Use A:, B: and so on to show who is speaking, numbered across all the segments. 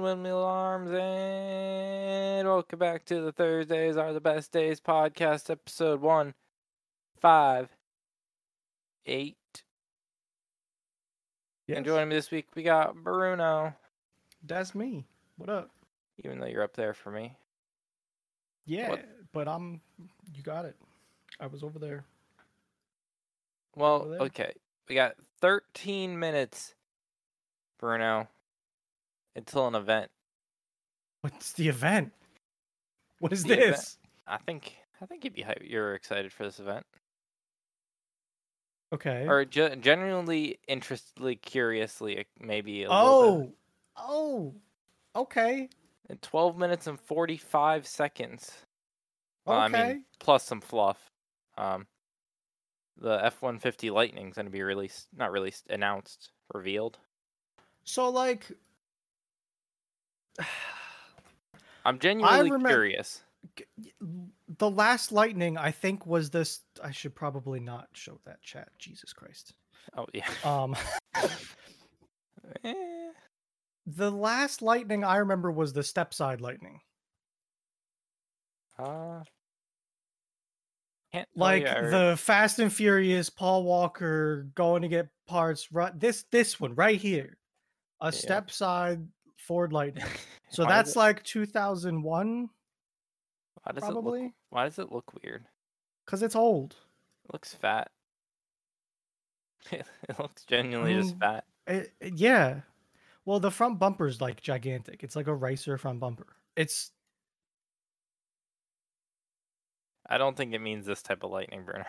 A: windmill arms and welcome back to the Thursdays are the best days podcast episode one five eight.
B: Yes.
A: And joining me this week we got Bruno.
B: That's me. What up?
A: Even though you're up there for me.
B: Yeah, but I'm. You got it. I was over there.
A: Well,
B: there.
A: okay. We got thirteen minutes, Bruno, until an event.
B: What's the event? What is
A: The event.
B: this?
A: I think I think you'd be hype you're excited for this event.
B: Okay.
A: Or ge- genuinely interestedly curiously uh, maybe a little bit.
B: oh. Oh. Okay.
A: In 12 minutes and 45 seconds. Well, I
B: Okay.
A: mean, plus some fluff. Um, the F 150 Lightning's going to be released, not released, announced, revealed.
B: So like,
A: I'm genuinely
B: remem-
A: curious.
B: the last lightning I think was this. I should probably not show that chat. Jesus Christ.
A: Oh, yeah.
B: Um,
A: Eh,
B: the last lightning I remember was the step side lightning.
A: uh, can't tell you
B: like
A: Oh, I re-
B: the Fast and Furious Paul Walker going to get parts right this this one right here a
A: Yeah.
B: step side Ford Lightning so
A: Why does
B: that's
A: it-
B: like 2001
A: why does It look,
B: probably
A: why does it look weird?
B: cuz it's old
A: It looks fat. it looks genuinely just
B: mean,
A: fat.
B: It- it- yeah well the front bumper's like gigantic it's like a racer front bumper it's
A: I don't think it means this type of lightning burner.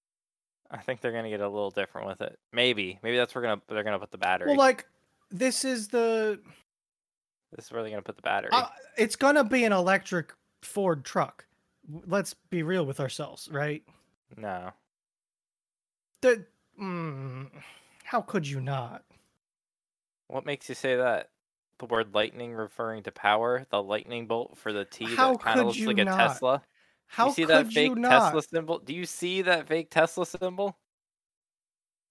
A: I think they're gonna get a little different with it. Maybe, maybe that's where gonna they're gonna put the battery.
B: well like this is the
A: this is where they're gonna put the battery.
B: uh, it's going to be an electric Ford truck W- let's be real with ourselves right
A: no,
B: the mm, how could you not
A: what makes you say that? The word lightning referring to power. The lightning bolt for the T
B: How
A: that kind
B: could
A: of looks
B: you
A: like a
B: not?
A: Tesla.
B: How
A: you see
B: could
A: that
B: you
A: fake
B: not?
A: Tesla symbol? Do you see that fake Tesla symbol?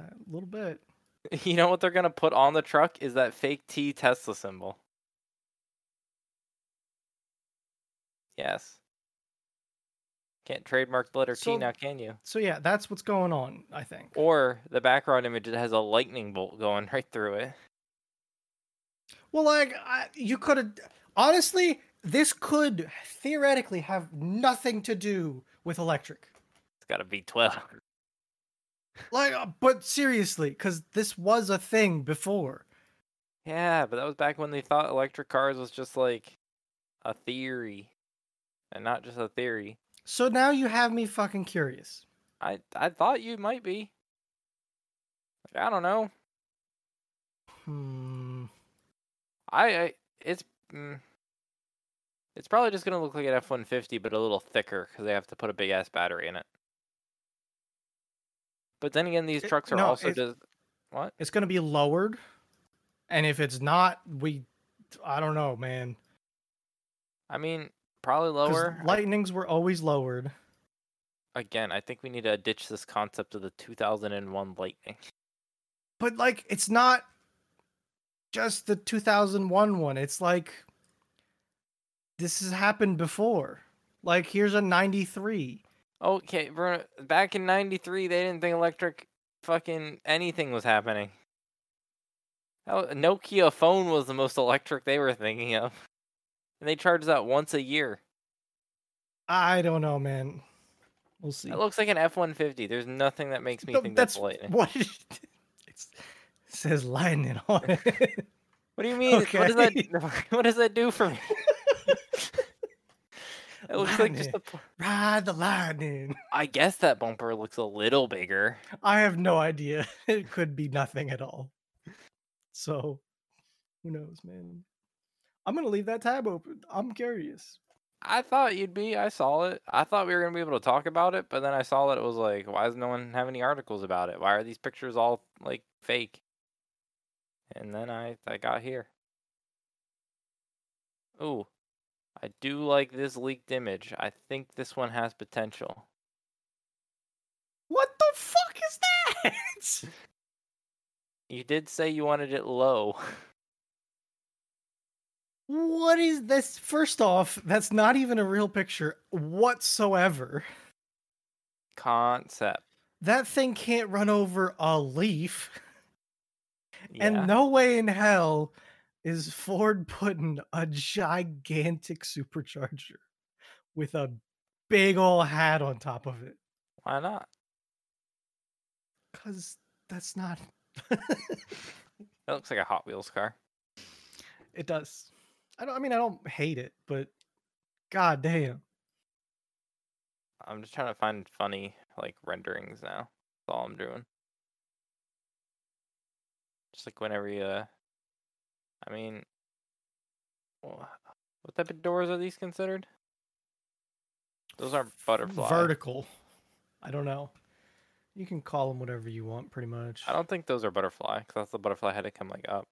B: A little bit.
A: You know what they're gonna put on the truck is that fake T Tesla symbol. Yes. Can't trademark the letter
B: So-
A: T now, can you?
B: So yeah, that's what's going on. I think.
A: Or the background image it has a lightning bolt going right through it.
B: Well, like I, you could have. Honestly, this could theoretically have nothing to do with electric.
A: It's got a V12.
B: Like, uh, but seriously, because this was a thing before.
A: Yeah, but that was back when they thought electric cars was just like a theory, and not just a theory.
B: So now you have me fucking curious.
A: I I thought you might be. Like, I don't know.
B: Hmm.
A: I, I it's mm, it's probably just gonna look like an F one fifty, but a little thicker because they have to put a big ass battery in it. But then again, these
B: It-
A: trucks are
B: no,
A: also
B: it-
A: just what?
B: It's gonna be lowered, and if it's not, we, I don't know, man.
A: I mean, probably
B: 'Cause
A: lower. I
B: Lightnings were always lowered.
A: again, I think we need to ditch this concept of the 2001 Lightning.
B: but like it's not just the 2001 one it's like this has happened before like here's a 93
A: Okay, Bruno, back in 93, they didn't think electric fucking anything was happening. Hell, a Nokia phone was the most electric they were thinking of. And they charged that once a year.
B: i don't know man we'll see
A: It looks like an F 150. There's nothing that makes me
B: No,
A: think that's,
B: that's
A: lightning.
B: what it, it's, it says lightning on it
A: What do you mean? What, does that, what does that do for me? it looks like just a.
B: Lightning. ride the lightning
A: I guess that bumper looks a little bigger.
B: i have no idea it could be nothing at all so who knows man i'm gonna leave that tab open i'm curious
A: I thought you'd be. I saw it. I thought we were gonna be able to talk about it, but then I saw that it was like, why does no one have any articles about it? Why are these pictures all like fake? And then I I got here. Ooh, I do like this leaked image. I think this one has potential.
B: What the fuck is that?
A: You did say you wanted it low.
B: What is this? First off, that's not even a real picture whatsoever.
A: Concept.
B: That thing can't run over a leaf.
A: Yeah.
B: And no way in hell is Ford putting a gigantic supercharger with a big ol' hat on top of it.
A: Why not?
B: Cause that's not
A: It looks like a Hot Wheels car.
B: it does. I don't I mean I don't hate it, but god damn.
A: I'm just trying to find funny like renderings now. That's all I'm doing. Just like whenever you, uh, I mean, wha- what type of doors are these considered? Those aren't butterfly.
B: Vertical. I don't know. You can call them whatever you want, pretty much.
A: I don't think those are butterfly because that's the butterfly had to come like up.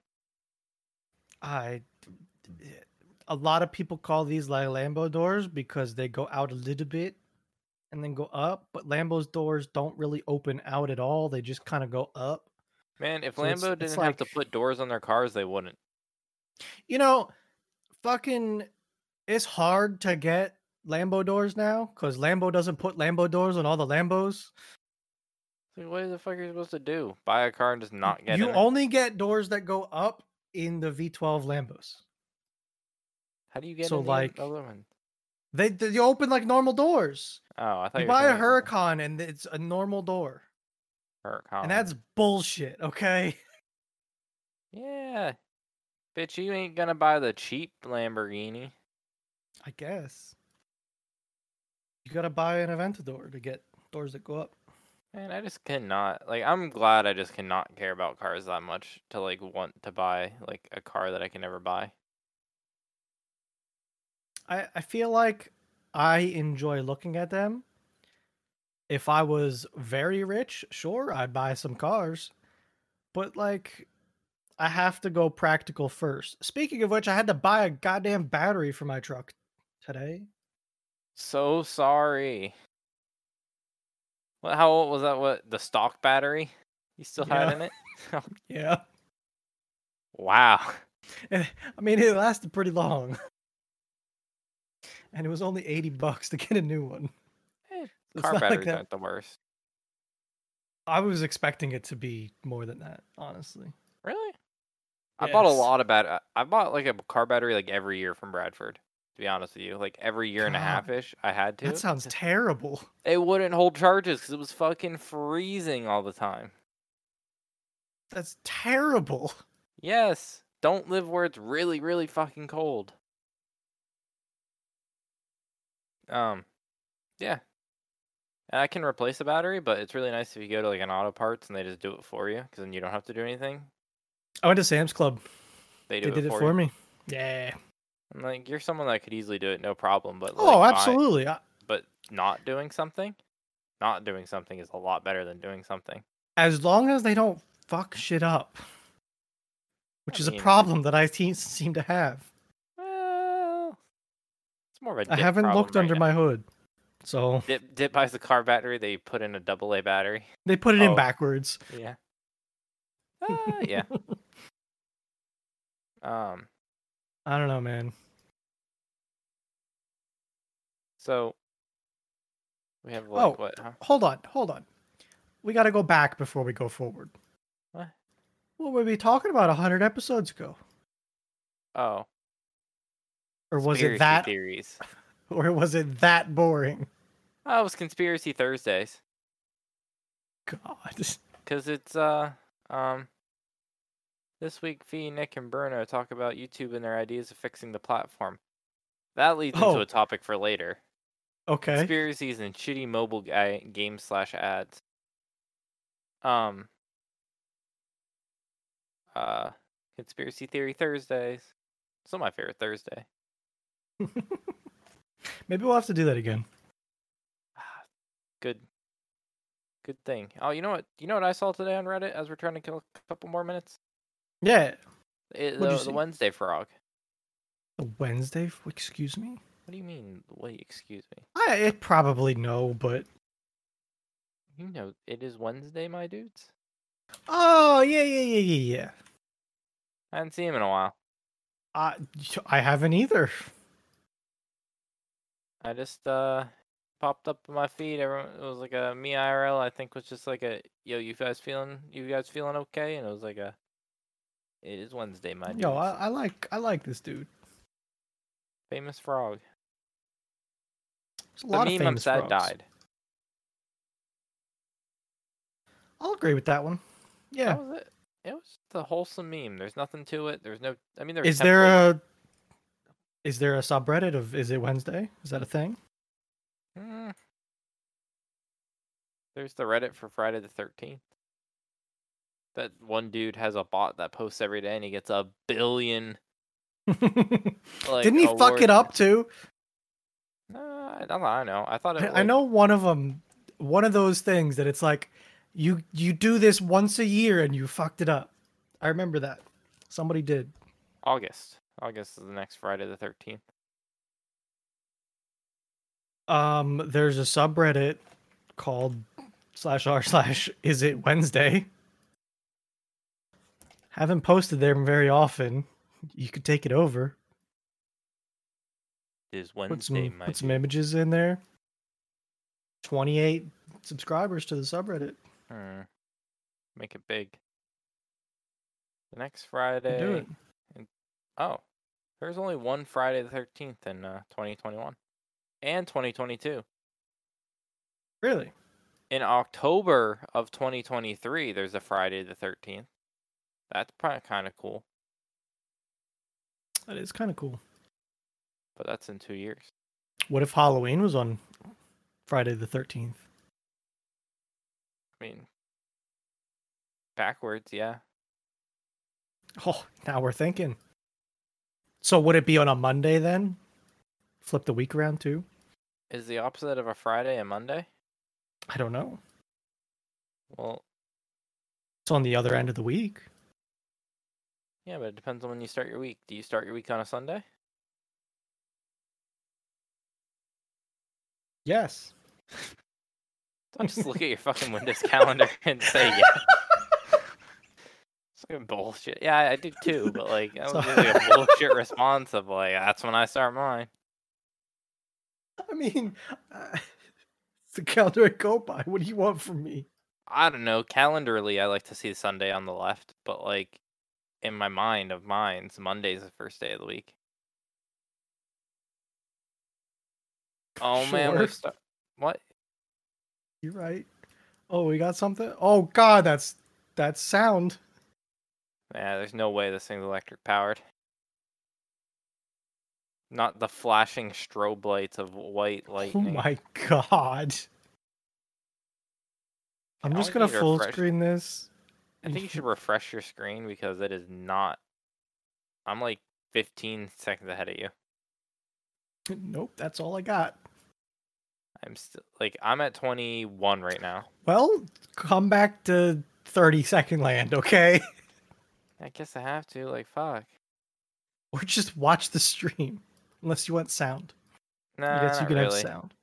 B: I a lot of people call these like Lambo doors because they go out a little bit and then go up, but Lambo's doors don't really open out at all. They just kind of go up.
A: Man, if
B: So
A: Lambo
B: it's-
A: didn't
B: it's
A: have to
B: like-
A: put doors on their cars, they wouldn't.
B: You know, fucking it's hard to get Lambo doors now cuz Lambo doesn't put Lambo doors on all the Lambos.
A: It's Like, what the fuck are you supposed to do? Buy a car and just not get
B: you
A: in it?
B: only get doors that go up in the V12 Lambos.
A: How do you get
B: so,
A: in the
B: like,
A: other one?
B: They they open like normal doors.
A: Oh, I thought
B: You
A: you were
B: buy a
A: talking about the
B: Huracan and it's a normal door.
A: Huracan.
B: And that's bullshit, okay?
A: Yeah. Bitch, you ain't gonna buy the cheap Lamborghini.
B: I guess. You gotta buy an Aventador to get doors that go up.
A: Man, I just cannot. Like, I'm glad I just cannot care about cars that much to, like, want to buy, like, a car that I can never buy.
B: I, I feel like I enjoy looking at them. If I was very rich, sure, I'd buy some cars. But like I have to go practical first. Speaking of which, I had to buy a goddamn battery for my truck today.
A: So sorry. What, how old was that? What, the stock battery you still
B: Yeah.
A: had in it?
B: Yeah.
A: Wow.
B: I mean it lasted pretty long. And it was only 80 bucks to get a new one.
A: Eh,
B: It's
A: Car
B: not like
A: batteries
B: that-
A: aren't the worst.
B: I was expecting it to be more than that, honestly.
A: Really? I bought a
B: Yes.
A: lot of bat. I- I bought, like, a car battery, like, every year from Bradford, to be honest with you. Like, every year and a
B: God,
A: half ish, I had to.
B: That sounds terrible.
A: It wouldn't hold charges because it was fucking freezing all the time.
B: That's terrible.
A: Yes, don't live where it's really, really fucking cold. Um, yeah. And I can replace the battery, but it's really nice if you go to like an auto parts and they just do it for you because then you don't have to do anything.
B: I went to Sam's Club.
A: They do
B: They
A: it
B: did it
A: for,
B: for
A: you.
B: me. Yeah.
A: And, like you're someone that could easily do it, no problem. But
B: Oh,
A: like, by-
B: absolutely. I-
A: but not doing something, not doing something is a lot better than doing something.
B: As long as they don't fuck shit up,
A: I
B: which is
A: mean-
B: a problem that I te- seem to have.
A: Well, it's more of a.
B: I
A: dick
B: haven't
A: problem
B: looked
A: right
B: under
A: now.
B: my hood. So
A: Dip Dip buys the car battery. They put in a double A battery.
B: they put it
A: Oh.
B: in backwards.
A: Yeah. Uh, yeah. Um.
B: I don't know, man.
A: So we have like
B: Oh,
A: what? Huh?
B: Hold on. Hold on. We got to go back before we go forward.
A: What?
B: What were we talking about 100 episodes ago?
A: Oh,
B: Or was
A: conspiracy
B: it that
A: theories?
B: or was it that boring?
A: Oh, it was conspiracy Thursdays
B: God.
A: because it's uh um. This week, Fee, Nick, and Bruno talk about YouTube and their ideas of fixing the platform. That leads into
B: Oh.
A: a topic for later:
B: Okay.
A: conspiracies and shitty mobile guy game slash ads. Um. Uh, conspiracy theory Thursdays. Still my favorite Thursday.
B: Maybe we'll have to do that again.
A: Ah, Good. Good thing. Oh, you know what? You know what I saw today on Reddit as we're trying to kill a couple more minutes.
B: Yeah.
A: It,
B: What'd
A: the,
B: you
A: the
B: see?
A: Wednesday frog.
B: The Wednesday, f- excuse me?
A: What do you mean? Wait, excuse me.
B: I it probably no, but
A: You know it is Wednesday, my dudes.
B: Oh, yeah, yeah, yeah, yeah, yeah.
A: I haven't seen him in a while.
B: I I haven't either.
A: I just uh popped up on my feed. Everyone it was like a me IRL. I think was just like a yo. You guys feeling? You guys feeling okay? And it was like a. It is Wednesday, my dude.
B: Yo, I, I like I like this dude.
A: famous frog.
B: There's a
A: The
B: lot
A: meme
B: of
A: I'm
B: famous
A: sad
B: frogs.
A: died.
B: I'll agree with that one. Yeah.
A: That was it. It was just a wholesome meme. There's nothing to it. There's no. I mean, there.
B: Is there a is there a subreddit of Is It Wednesday? Is that a thing?
A: a? Mm. There's the Reddit for Friday the Thirteenth. That one dude has a bot that posts every day, and he gets a billion. Like,
B: Didn't he fuck it
A: awards.
B: up too?
A: Uh, I don't I know. I thought it.
B: I I know one of them, one of those things that it's like, you you do this once a year and you fucked it up. I remember that somebody did.
A: August. August is the next Friday the thirteenth.
B: Um, there's a subreddit called slash r slash Is It Wednesday. Haven't posted there very often. You could take it over.
A: Is
B: Put
A: Wednesday,
B: some,
A: my
B: put
A: dude.
B: some images in there. 28 subscribers to the subreddit.
A: Hmm. Make it big. The next Friday.
B: Do it.
A: Oh, there's only one Friday the 13th in uh, 2021 and 2022.
B: Really?
A: In October of 2023, there's a Friday the 13th. That's probably kind of cool,
B: That is kind of cool.
A: but that's in two years.
B: What if Halloween was on Friday the 13th?
A: I mean, backwards, yeah.
B: Oh, now we're thinking. So would it be on a Monday then? Flip the week around too?
A: Is the opposite of a Friday a Monday?
B: I don't know.
A: Well,
B: It's on the other end of the week.
A: yeah, but it depends on when you start your week. Do you start your week on a Sunday?
B: Yes.
A: Don't just look at your fucking Windows calendar and say yeah. It's fucking bullshit. Yeah, I- I did too, but like that was
B: So-
A: really a bullshit response of like that's when I start mine.
B: I mean, uh, it's the calendar I go by. What do you want from me?
A: I don't know. Calendarly, I like to see Sunday on the left, but like in my mind of mine's Monday's the first day of the week. Oh man,
B: Sure.
A: we're sta- what?
B: You're right. Oh, we got something. Oh God, that's that sound.
A: Yeah, there's no way this thing's electric powered. Not the flashing strobe lights of white lightning.
B: Oh my God. I'm
A: I
B: just
A: would
B: gonna
A: need to
B: full
A: refresh-
B: screen this.
A: I think you should refresh your screen because it is not. I'm like 15 seconds ahead of you.
B: Nope, that's all I got.
A: I'm still like I'm at 21 right now.
B: Well, come back to 30 second land, okay?
A: I guess I have to. Like fuck.
B: Or just watch the stream, unless you want sound.
A: No,
B: I guess
A: not
B: you can
A: Ah, really.
B: have sound.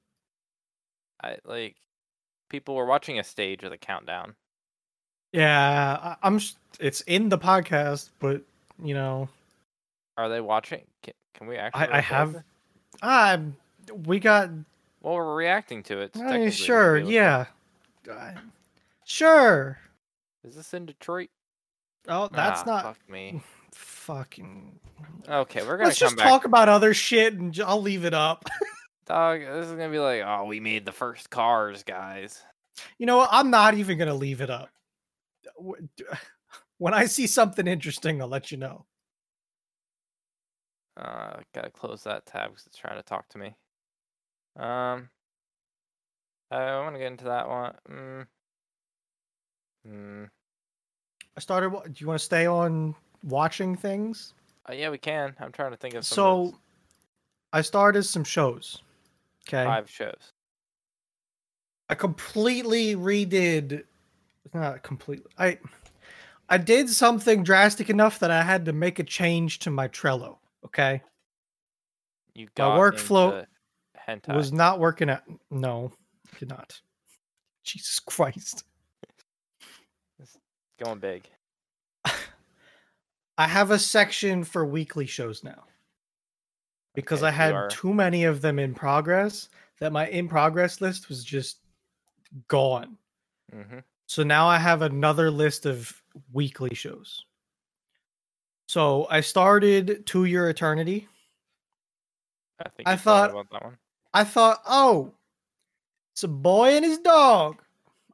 A: I like people were watching a stage with a countdown.
B: Yeah, I, I'm. s- It's in the podcast, but you know,
A: Are they watching? Can, can we actually?
B: I, I
A: record
B: have.
A: this?
B: I'm. We got
A: Well, we're reacting to it. so
B: I mean,
A: technically we should
B: sure,
A: be able to-
B: yeah. I- Sure.
A: Is this in Detroit?
B: Oh, that's
A: Ah,
B: not
A: Fuck me.
B: fucking.
A: Okay, we're gonna
B: Let's
A: come
B: just
A: back.
B: talk about other shit and j- I'll leave it up.
A: Dog, this is gonna be like, oh, we made the first cars, guys.
B: You know what? I'm not even going to leave it up. W- d- When I see something interesting, I'll let you know.
A: Uh, gotta close that tab because it's trying to talk to me. Um, I want to get into that one. Mm. Mm.
B: I started. wa- Do you want to stay on watching things?
A: Uh, yeah, we can. I'm trying to think of some of
B: So I started some shows. Okay.
A: those five shows.
B: I completely redid not completely I I did something drastic enough that I had to make a change to my Trello, okay?
A: You
B: My
A: got
B: workflow
A: into hentai.
B: Was not working out. No, did not. Jesus Christ.
A: going big.
B: I have a section for weekly shows now because
A: Okay,
B: I
A: you
B: had
A: are-
B: too many of them in progress that my in progress list was just gone.
A: hmm
B: So now I have another list of weekly shows. So I started To Your Eternity.
A: I think
B: I
A: you told me
B: thought-
A: about that one.
B: I thought, oh, it's a boy and his dog.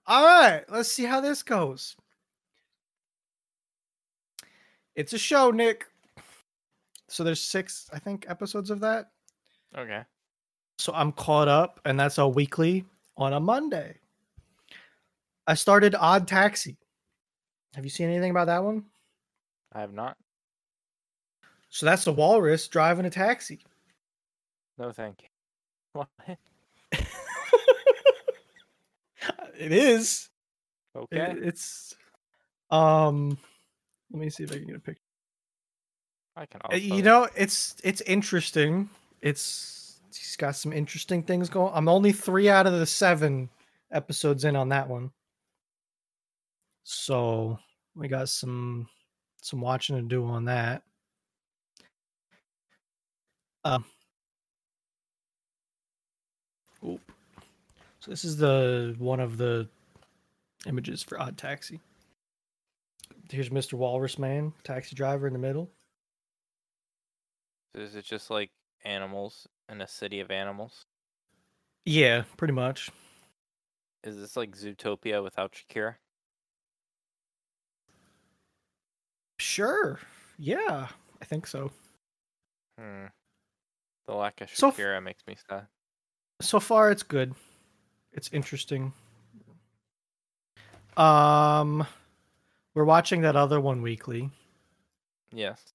B: All right, let's see how this goes. It's a show, Nick. So there's six, I think, episodes of that.
A: Okay.
B: So I'm caught up, and that's a weekly on a Monday. I started Odd Taxi. Have you seen anything about that one?
A: I have not.
B: So that's the walrus driving a taxi.
A: No, thank you. What?
B: It is. It-
A: Okay.
B: It's um let me see if I can get a picture.
A: I can
B: Uh,
A: also.
B: You know, it's it's interesting. It's he's got some interesting things going. I'm only 3 out of the 7 episodes in on that one. So, we got some some watching to do on that. Um oop. So this is the one of the images for Odd Taxi. Here's Mr. Walrus Man, taxi driver in the middle.
A: Is it just like animals in a city of animals?
B: Yeah, pretty much.
A: Is this like Zootopia without Shakira?
B: Sure. Yeah, I think so.
A: Hmm. The lack of
B: So f-
A: Shakira makes me sad.
B: So far, it's good. It's interesting. Um, we're watching that other one weekly
A: Yes.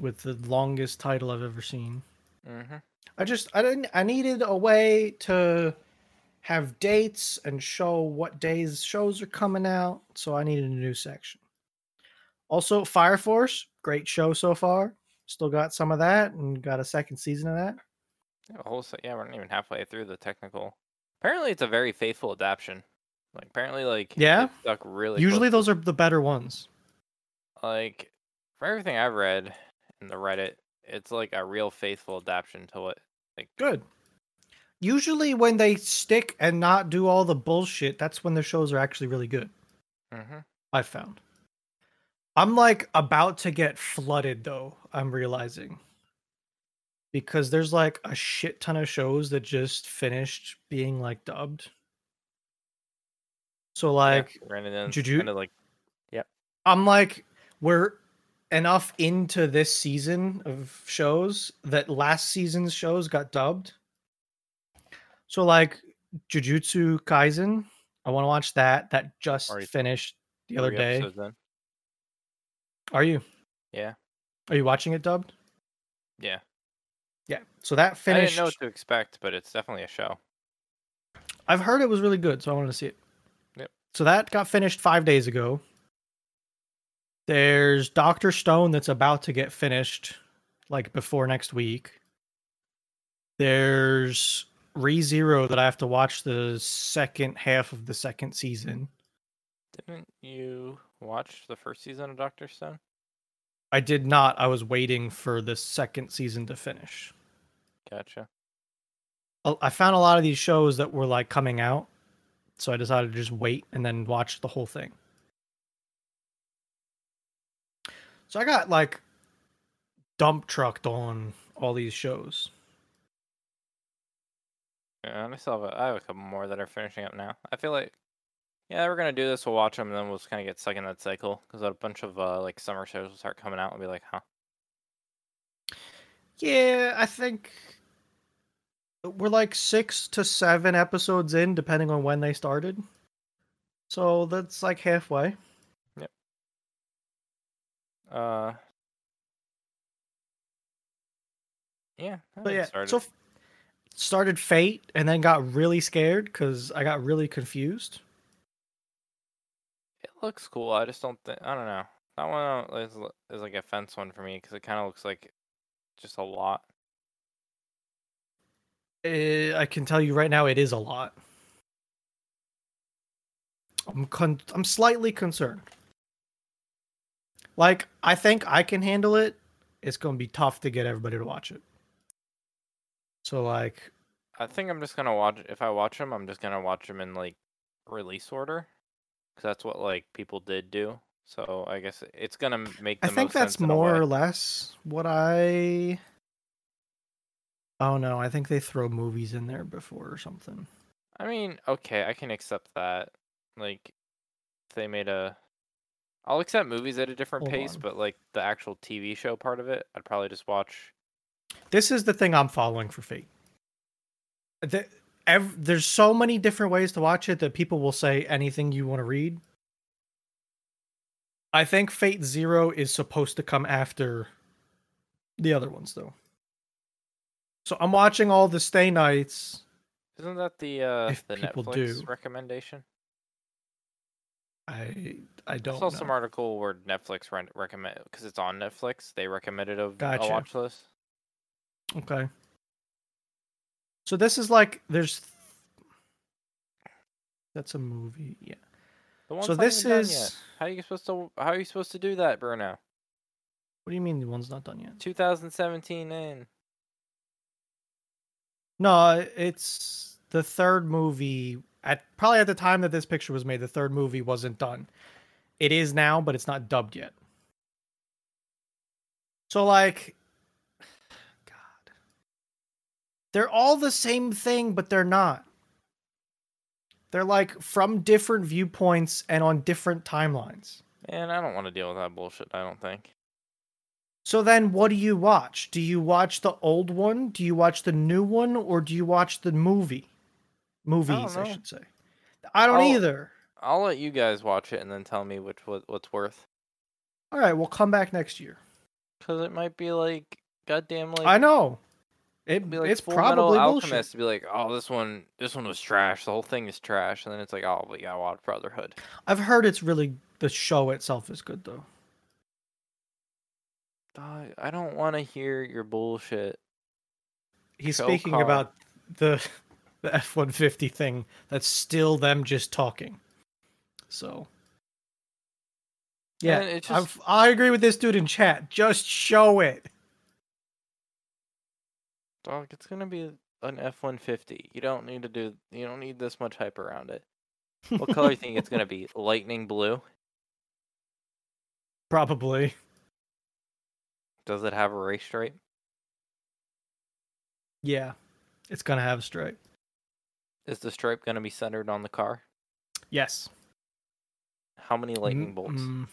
B: with the longest title I've ever seen.
A: Mm-hmm.
B: I just I didn't I needed a way to have dates and show what days shows are coming out, so I needed a new section. Also, Fire Force, great show so far. Still got some of that and got a second season of that.
A: Yeah, a whole se- yeah, we're not even halfway through the technical. Apparently, it's a very faithful adaptation. Like apparently, like they
B: Yeah?
A: stuck really.
B: Usually
A: close
B: those are the better ones.
A: to- like for everything I've read in the Reddit, it's like a real faithful adaptation to what.
B: Good. Usually when they stick and not do all the bullshit, that's when the shows are actually really good.
A: Mm-hmm.
B: I found. I'm like about to get flooded though, I'm realizing. Because there's like a shit ton of shows that just finished being like dubbed. So like
A: yeah, ran it in
B: Juju-
A: kind of like
B: I'm like, we're enough into this season of shows that last season's shows got dubbed. So like Jujutsu Kaisen, I want to watch that. That just
A: Already
B: finished the other
A: three
B: day.
A: episodes in.
B: Are you?
A: Yeah.
B: Are you watching it dubbed?
A: Yeah,
B: Yeah. So that
A: I
B: finished.
A: didn't know what to expect, but it's definitely a show.
B: I've heard it was really good, so I wanted to see it.
A: Yep.
B: So that got finished five days ago. There's Doctor Stone that's about to get finished, like before next week. There's Re Zero that I have to watch the second half of the second season.
A: Didn't you watch the first season of Doctor Stone?
B: I did not. I was waiting for the second season to finish.
A: Gotcha.
B: a- I found a lot of these shows that were like coming out, so I decided to just wait and then watch the whole thing. So I got like dump trucked on all these shows.
A: Yeah, and I still have a, I have a couple more that are finishing up now. I feel like, yeah, we're gonna do this. We'll watch them, and then we'll just kind of get stuck in that cycle because a bunch of uh, like summer shows will start coming out and be like, huh,
B: Yeah, I think we're like six to seven episodes in, depending on when they started. So that's like halfway.
A: uh, yeah, I
B: But
A: haven't
B: yeah,
A: started.
B: so f- started Fate and then got really scared because I got really confused.
A: it looks cool. I just don't think I don't know. That one uh, is l- is like a fence one for me because it kind of looks like just a lot.
B: Uh, I can tell you right now, it is a lot. I'm con- I'm slightly concerned. Like I think I can handle it. It's going to be tough to get everybody to watch it. So like
A: I think I'm just gonna watch. If I watch them, I'm just gonna watch them in like release order, because that's what like people did do. So I guess it's gonna m- make. The
B: I think
A: most
B: that's
A: sense in a
B: more
A: way.
B: or less what I. Oh no, I think they throw movies in there before or something.
A: I mean, okay, I can accept that. Like, if they made a. I'll accept movies at a different
B: Hold
A: pace,
B: on.
A: but like the actual TV show part of it, I'd probably just watch.
B: This is the thing I'm following for Fate. The, ev- there's so many different ways to watch it that people will say anything you want to read. I think Fate Zero is supposed to come after the other ones, though. So I'm watching all the Stay Nights.
A: Isn't that the uh
B: If
A: the
B: people
A: Netflix
B: do.
A: recommendation?
B: I I don't
A: I saw
B: know.
A: some article where Netflix re- recommend because it's on Netflix. They recommended a,
B: Gotcha.
A: a watch list.
B: Okay. So this is like there's that's a movie. Yeah.
A: The one's
B: so
A: not even
B: this
A: done
B: is
A: yet. How are you supposed to? How are you supposed to do that, Bruno?
B: what do you mean the one's not done yet?
A: 2017 in.
B: No, it's the third movie at probably at the time that this picture was made, the third movie wasn't done. It is now, but it's not dubbed yet. So like God. They're all the same thing, but they're not. They're like from different viewpoints and on different timelines.
A: Man, I don't want to deal with that bullshit. I don't think.
B: So then what do you watch? Do you watch the old one? Do you watch the new one or do you watch the movie? Movies, I,
A: know. Oh.
B: should say. I don't
A: I'll-
B: either.
A: I'll let you guys watch it and then tell me which what, what's worth.
B: All right, we'll come back next year.
A: Cause it might be like goddamn like
B: I know. It,
A: it'd be like
B: it's
A: Full Metal
B: probably
A: Alchemist
B: bullshit.
A: to be like, oh, this one, this one was trash. The whole thing is trash, and then it's like, oh, but you gotta watch Brotherhood.
B: I've heard it's really the show itself is good though.
A: Dog, I don't want to hear your bullshit.
B: He's
A: Show
B: speaking
A: car.
B: about the the F one fifty thing. That's still them just talking. So yeah,
A: And it just-
B: I've- I agree with this dude in chat. Just show it.
A: Dog, it's gonna be an F one fifty. You don't need to do. You don't need this much hype around it. What color you think it's gonna be? Lightning blue.
B: Probably.
A: Does it have a race stripe?
B: Yeah. It's gonna have a stripe.
A: Is the stripe gonna be centered on the car?
B: Yes.
A: How many lightning
B: Mm,
A: bolts?
B: mm.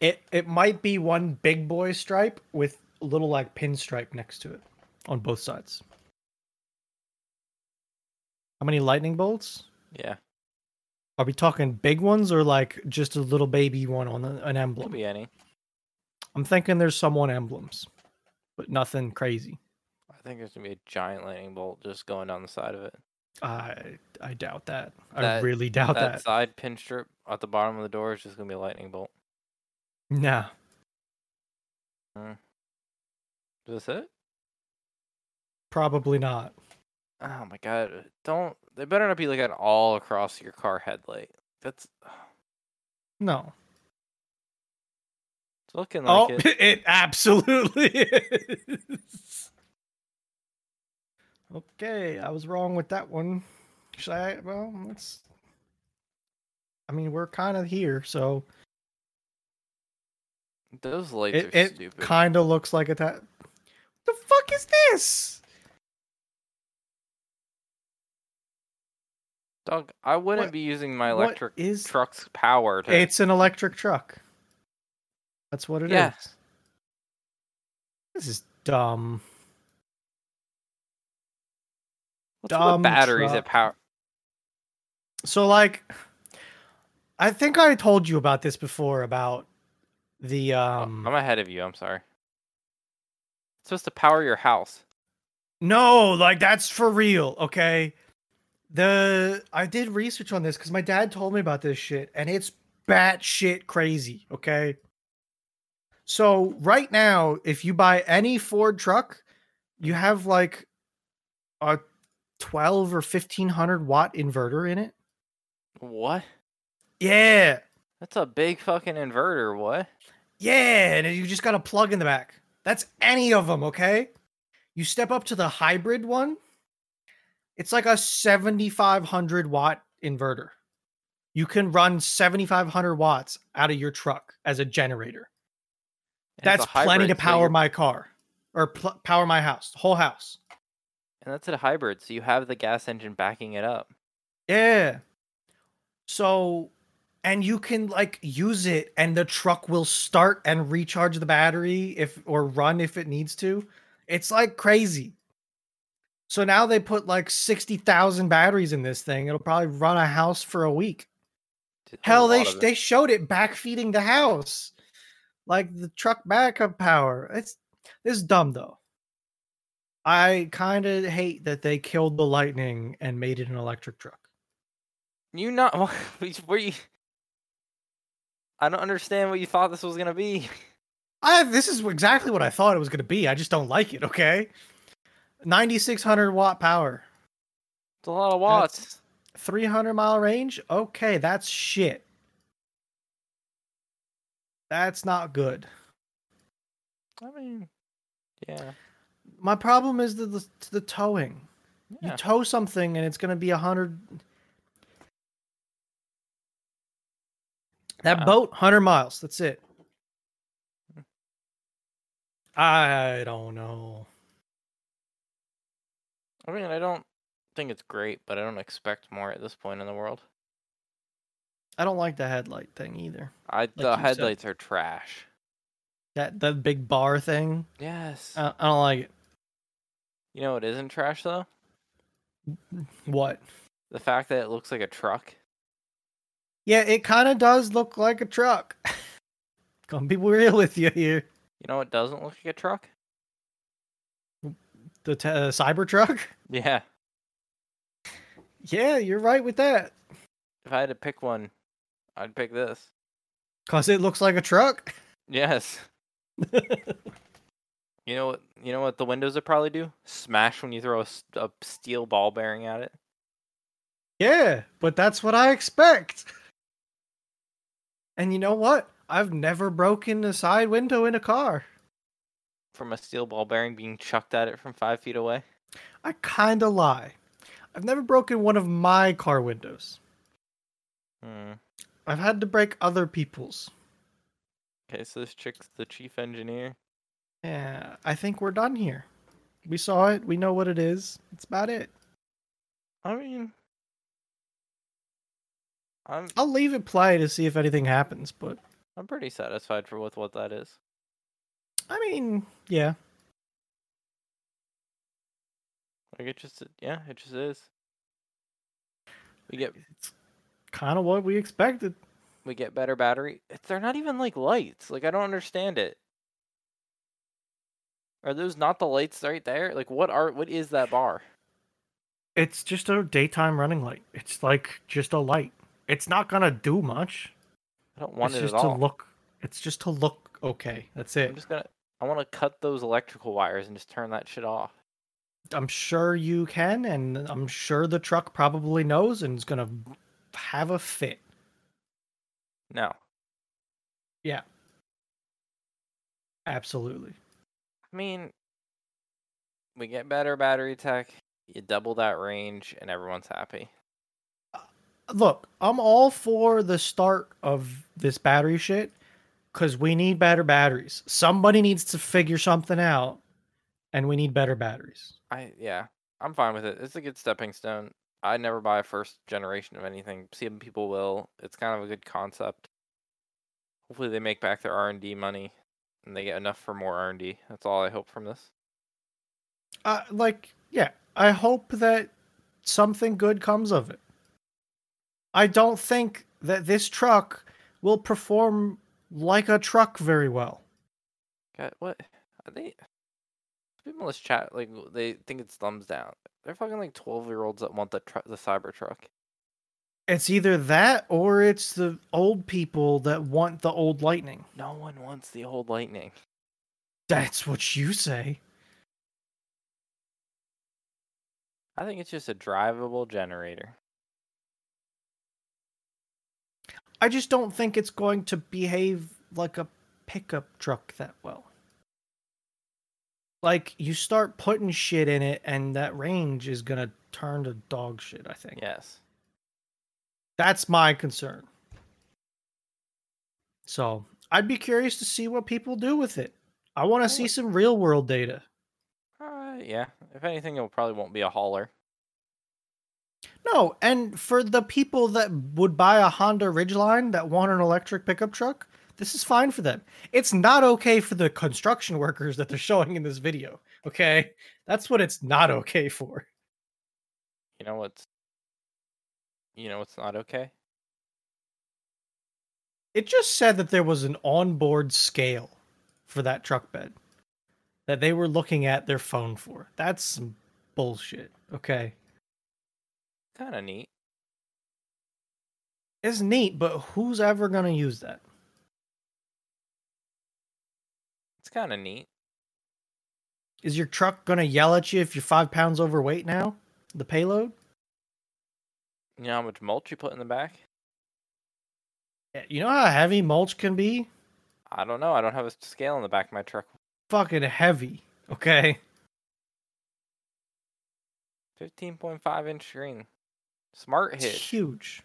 B: It it might be one big boy stripe with a little like pinstripe next to it on both sides. How many lightning bolts?
A: Yeah,
B: Are we talking big ones or like just a little baby one on the, an
A: could
B: emblem?
A: be any.
B: I'm thinking there's someone emblems, but nothing crazy.
A: I think there's gonna be a giant lightning bolt just going down the side of it.
B: I I doubt that. I
A: That-
B: really doubt
A: that,
B: that.
A: side pinstrip at the bottom of the door is just gonna be a lightning bolt.
B: Nah.
A: Is this it?
B: Probably not.
A: Oh my god! Don't they better not be like an all across your car headlight. That's
B: No.
A: it's looking like
B: oh,
A: it.
B: it. absolutely is. Okay, I was wrong with that one. Should I? Well, let's. I mean, we're kind of here, so
A: Those lights
B: it,
A: are
B: it
A: stupid.
B: kind of looks like a ta- The fuck is this?
A: Dog, I wouldn't
B: what-
A: be using my
B: what
A: electric
B: is-
A: truck's power to.
B: It's an electric truck. That's what it is.
A: Yeah.
B: This is dumb.
A: What's with
B: dumb
A: batteries
B: truck.
A: that power.
B: So like I think I told you about this before about the
A: Oh,
B: um
A: I'm ahead of you. I'm sorry. It's supposed to power your house.
B: No, like that's for real, okay? The I did research on this because my dad told me about this shit, and it's batshit crazy, okay? So right now, if you buy any Ford truck, you have like a twelve or fifteen hundred watt inverter in it.
A: What?
B: Yeah.
A: That's a big fucking inverter. What?
B: Yeah, and you just got a plug in the back. That's any of them, okay? You step up to the hybrid one. It's like a 7500 watt inverter. You can run 7500 watts out of your truck as a generator.
A: And it's
B: That's
A: a
B: plenty
A: hybrid,
B: to
A: so
B: power
A: you're-
B: my car or pl- power my house, the whole house.
A: And that's a hybrid, so you have the gas engine backing it up.
B: Yeah. So, and you can like use it, and the truck will start and recharge the battery if or run if it needs to. It's like crazy. So now they put like 60,000 batteries in this thing. It'll probably run a house for a week.
A: Just a
B: Hell, they
A: lot of it.
B: they showed it backfeeding the house, like the truck backup power. It's this is dumb though. I kind of hate that they killed the lightning and made it an electric truck.
A: you not were you? I don't understand what you thought this was gonna be.
B: I this is exactly what I thought it was going to be. I just don't like it. Okay, ninety six hundred watt power,
A: It's a lot of watts.
B: three hundred mile range. Okay, that's shit. That's not good.
A: I mean, yeah,
B: My problem is the the, the towing.
A: yeah.
B: You tow something and it's going to be a hundred. That
A: Wow.
B: boat, hundred miles. That's it. I don't know.
A: I mean, I don't think it's great, but I don't expect more at this point in the world.
B: I don't like the headlight thing either.
A: I the
B: you said.
A: headlights are trash.
B: That the big bar thing.
A: Yes.
B: I, I don't like it.
A: you know what isn't trash though?
B: What?
A: The fact that it looks like a truck.
B: Yeah, it kind of does look like a truck. Gonna be real with you here.
A: You know what doesn't look like a truck?
B: The t- uh, cyber truck.
A: Yeah.
B: Yeah, you're right with that.
A: If I had to pick one, I'd pick this.
B: Cause it looks like a truck.
A: Yes. You know what? You know what the windows would probably do? Smash when you throw a, s- a steel ball bearing at it.
B: yeah, but that's what I expect. And you know what? I've never broken a side window in a car.
A: From a steel ball bearing being chucked at it from five feet away.
B: I kinda lie. I've never broken one of my car windows.
A: Hmm.
B: I've had to break other people's.
A: Okay, so this chick's the chief engineer.
B: Yeah, I think we're done here. We saw it. We know what it is. It's about it.
A: I mean, I'm
B: I'll leave it play to see if anything happens, but
A: I'm pretty satisfied for with what that is.
B: I mean, yeah.
A: Like it just yeah, it just is. We get
B: It's kind of what we expected.
A: we get better battery. It's, they're not even like lights. Like I don't understand it. Are those not the lights right there? Like what are what is that bar?
B: It's just a daytime running light. It's like just a light. It's not going to do much.
A: I don't want
B: it's
A: it at
B: just
A: all.
B: to look it's just to look okay. That's
A: I'm
B: it.
A: just gonna. I want to cut those electrical wires and just turn that shit off.
B: I'm sure you can and I'm sure the truck probably knows and is going to have a fit.
A: No,
B: Absolutely.
A: I mean, we get better battery tech. You double that range, and everyone's happy.
B: look, I'm all for the start of this battery shit because we need better batteries. Somebody needs to figure something out, and we need better batteries.
A: I yeah, I'm fine with it. It's a good stepping stone. I never buy a first generation of anything. Some people will. It's kind of a good concept. Hopefully, they make back their R and D money, and they get enough for more R and D. That's all I hope from this.
B: Uh, like, yeah, I hope that something good comes of it. I don't think that this truck will perform like a truck very well.
A: God, what are they? People in this chat like w- they think it's thumbs down. They're fucking like twelve year olds that want the tr- the Cybertruck.
B: It's either that or it's the old people that want the old lightning.
A: No one wants the old Lightning.
B: That's what you say.
A: I think it's just a drivable generator.
B: I just don't think it's going to behave like a pickup truck that well. Like you start putting shit in it, and that range is gonna turn to dog shit. I think
A: Yes.
B: that's my concern. So I'd be curious to see what people do with it. I want to see
A: would-
B: some real world data.
A: Uh, yeah. If anything, it probably won't be a hauler.
B: No, and for the people that would buy a Honda Ridgeline that want an electric pickup truck, this is fine for them. It's not okay for the construction workers that they're showing in this video. Okay, that's what it's not okay for.
A: You know what's? You know what's not okay?
B: It just said that there was an onboard scale for that truck bed that they were looking at their phone for. That's some bullshit. Okay,
A: Kind of neat.
B: it's neat, but who's ever gonna use that?
A: It's kind of neat.
B: Is your truck gonna yell at you if you're five pounds overweight now? The payload?
A: You know how much mulch you put in the back?
B: Yeah, You know how heavy mulch can be?
A: I don't know. I don't have a s- scale in the back of my truck.
B: Fucking heavy. Okay.
A: Fifteen point five inch screen. Smart
B: It's
A: hitch.
B: huge.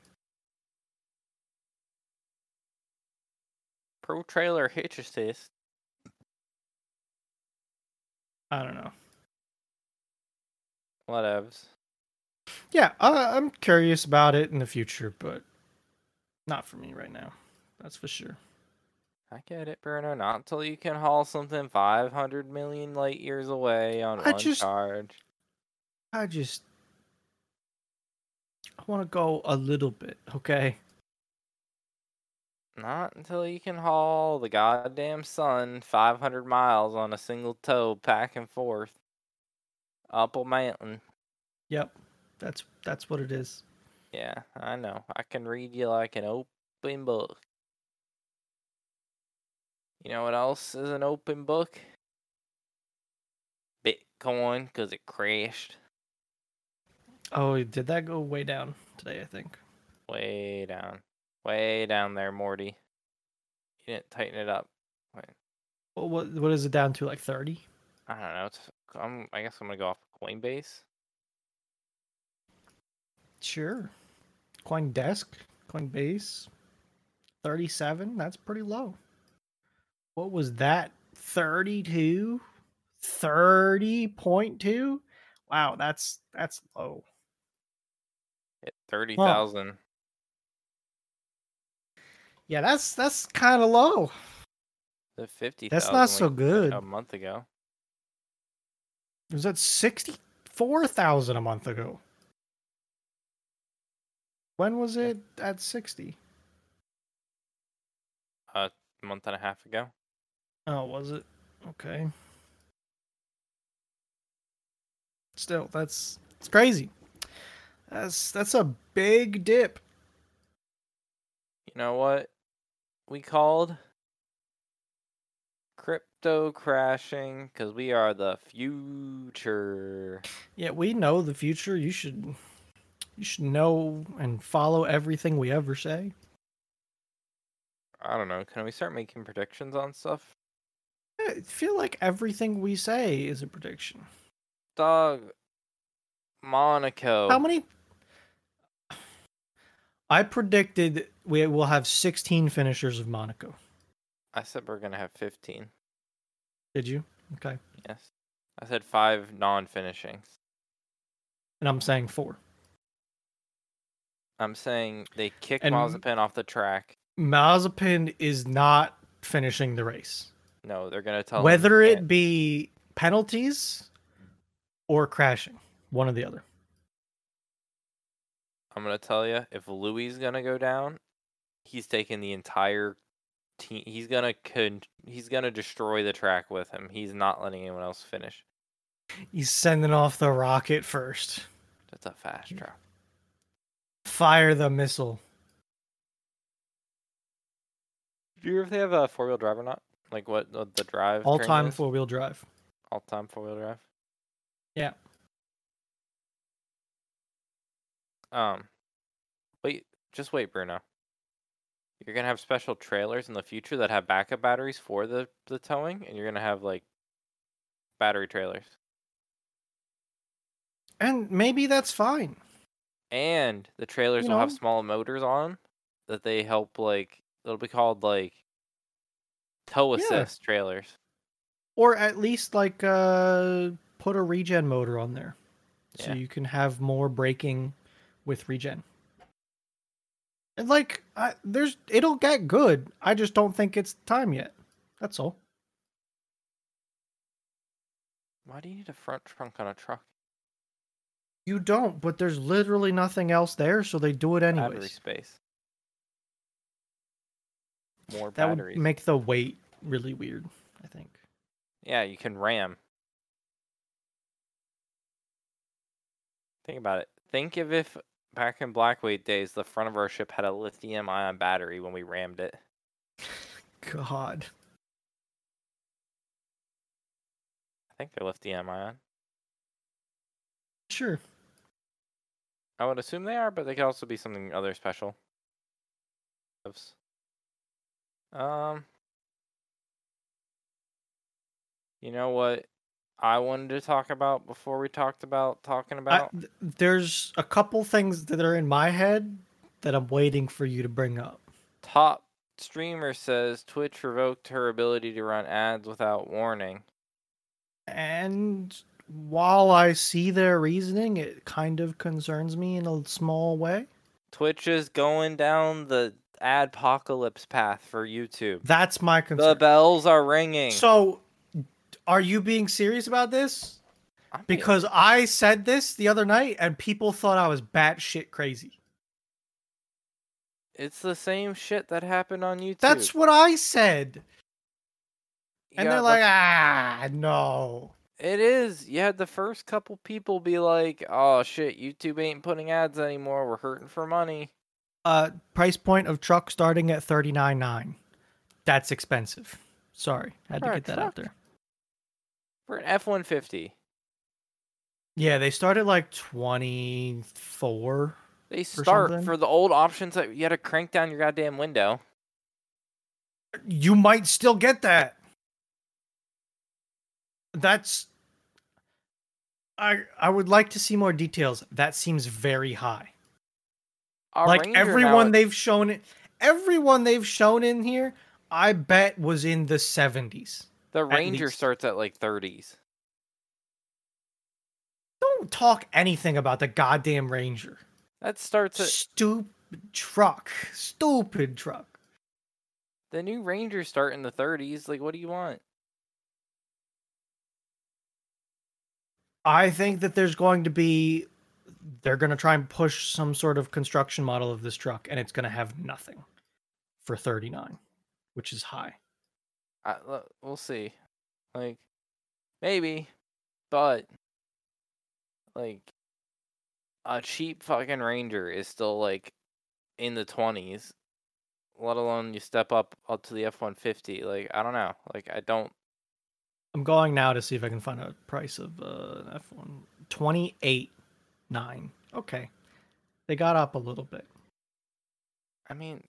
A: Pro trailer hitch assist.
B: I don't know.
A: Whatevs.
B: Yeah, I, I'm curious about it in the future, but not for me right now. That's for sure.
A: I get it, Bruno. Not until you can haul something 500 million light years away on
B: I
A: one
B: just-
A: charge.
B: I just. I want to go a little bit, okay?
A: Not until you can haul the goddamn sun 500 miles on a single tow back and forth up a mountain.
B: Yep. That's that's what it is.
A: Yeah, I know. I can read you like an open book. You know what else is an open book? Bitcoin, because it crashed
B: Oh, did that go way down today, I think.
A: way down. Way down there, Morty. You didn't tighten it up.
B: Well, what what is it down to like 30?
A: I don't know. It's, I'm, I guess I'm going to go off Coinbase.
B: Sure. CoinDesk, Coinbase, 37. That's pretty low. What was that? 32? 30.2? Wow, that's that's low.
A: At 30,000.
B: Yeah, that's that's kind of low.
A: The 50,000.
B: That's not so
A: we did
B: good.
A: A month ago.
B: It was at 64,000 a month ago. When was it at 60?
A: A month and a half ago.
B: Oh, was it? Okay. Still, that's it's crazy. That's that's a big dip.
A: You know what? We called crypto crashing because we are the future.
B: Yeah, we know the future. You should you should know and follow everything we ever say.
A: I don't know. Can we start making predictions on stuff?
B: I feel like everything we say is a prediction.
A: Dog. Monaco.
B: How many I predicted we will have 16 finishers of Monaco.
A: I said we're going to have 15.
B: Did you? Okay.
A: Yes. I said five non finishings.
B: And I'm saying 4.
A: I'm saying they kick
B: And-
A: Mazepin off the track.
B: Mazepin is not finishing the race.
A: No, they're going to tell him he
B: whether it
A: can't.
B: be penalties or crashing, one or the other.
A: I'm gonna tell you, if Louis is gonna go down, he's taking the entire team. He's gonna con- he's gonna destroy the track with him. He's not letting anyone else finish.
B: He's sending off the rocket first.
A: That's a fast
B: Yeah.
A: track.
B: Fire the missile.
A: Do you know if they have a four wheel drive or not? Like what the, the drive?
B: All
A: train
B: time
A: is?
B: four wheel drive.
A: all time four wheel drive.
B: Yeah.
A: Um, wait, just wait, Bruno. You You're gonna have special trailers in the future that have backup batteries for the the towing, and you're gonna have like battery trailers.
B: And maybe that's fine.
A: And the trailers
B: You
A: will have
B: know.
A: small motors on that they help like it'll be called like tow
B: Yeah.
A: assist trailers.
B: Or at least like uh put a regen motor on there. So
A: Yeah.
B: you can have more braking with regen. And like I, there's it'll get good. I just don't think it's time yet. That's all.
A: Why do you need a front trunk on a truck?
B: You don't, but there's literally nothing else there, so they do it
A: Battery
B: anyways.
A: space. More
B: That
A: batteries.
B: would make the weight really weird, I think.
A: Yeah, you can ram. Think about it. Think of if back in Blackweight days, the front of our ship had a lithium ion battery when we rammed it.
B: God.
A: I think they're lithium ion.
B: Sure.
A: I would assume they are, but they could also be something other special. Oops. Um. You know what I wanted to talk about before we talked about talking
B: I-
A: about?
B: th- there's a couple things that are in my head that I'm waiting for you to bring up.
A: Top streamer says Twitch revoked her ability to run ads without warning.
B: And while I see their reasoning, it kind of concerns me in a small way.
A: Twitch is going down the adpocalypse path for YouTube.
B: That's my
A: The
B: concern.
A: bells are ringing.
B: So, are you being serious about this?
A: I'm being-
B: Because I said this the other night and people thought I was batshit crazy.
A: it's the same shit that happened on YouTube.
B: That's what I said.
A: You
B: And
A: got
B: they're
A: the-
B: like, ah, no.
A: It is. You had the first couple people be like, "Oh shit, YouTube ain't putting ads anymore. We're hurting for money."
B: uh price point of truck starting at 39.9 that's expensive sorry had to
A: For a
B: get that out
A: truck?
B: there
A: For an F one fifty,
B: yeah they started like 24
A: they start
B: something?
A: for the old options that you had to crank down your goddamn window.
B: you might still get that that's i i would like to see more details that seems very high
A: A
B: like
A: Ranger now-
B: everyone they've shown it everyone they've shown in here i bet was in the 70s
A: the Ranger
B: least.
A: starts at like thirties.
B: don't talk anything about the goddamn ranger
A: That starts at
B: stupid truck. Stupid truck.
A: the new Rangers start in the thirties. Like, what do you want?
B: I think that there's going to be they're going to try and push some sort of construction model of this truck and it's going to have nothing for 39, which is high.
A: I, l- we'll see. Like, maybe, but like a cheap fucking ranger is still like in the twenties. Let alone you step up up to the F one fifty. Like I don't know. Like I don't.
B: I'm going now to see if I can find a price of uh, an F1 28 9. Okay. They got up a little bit.
A: I mean,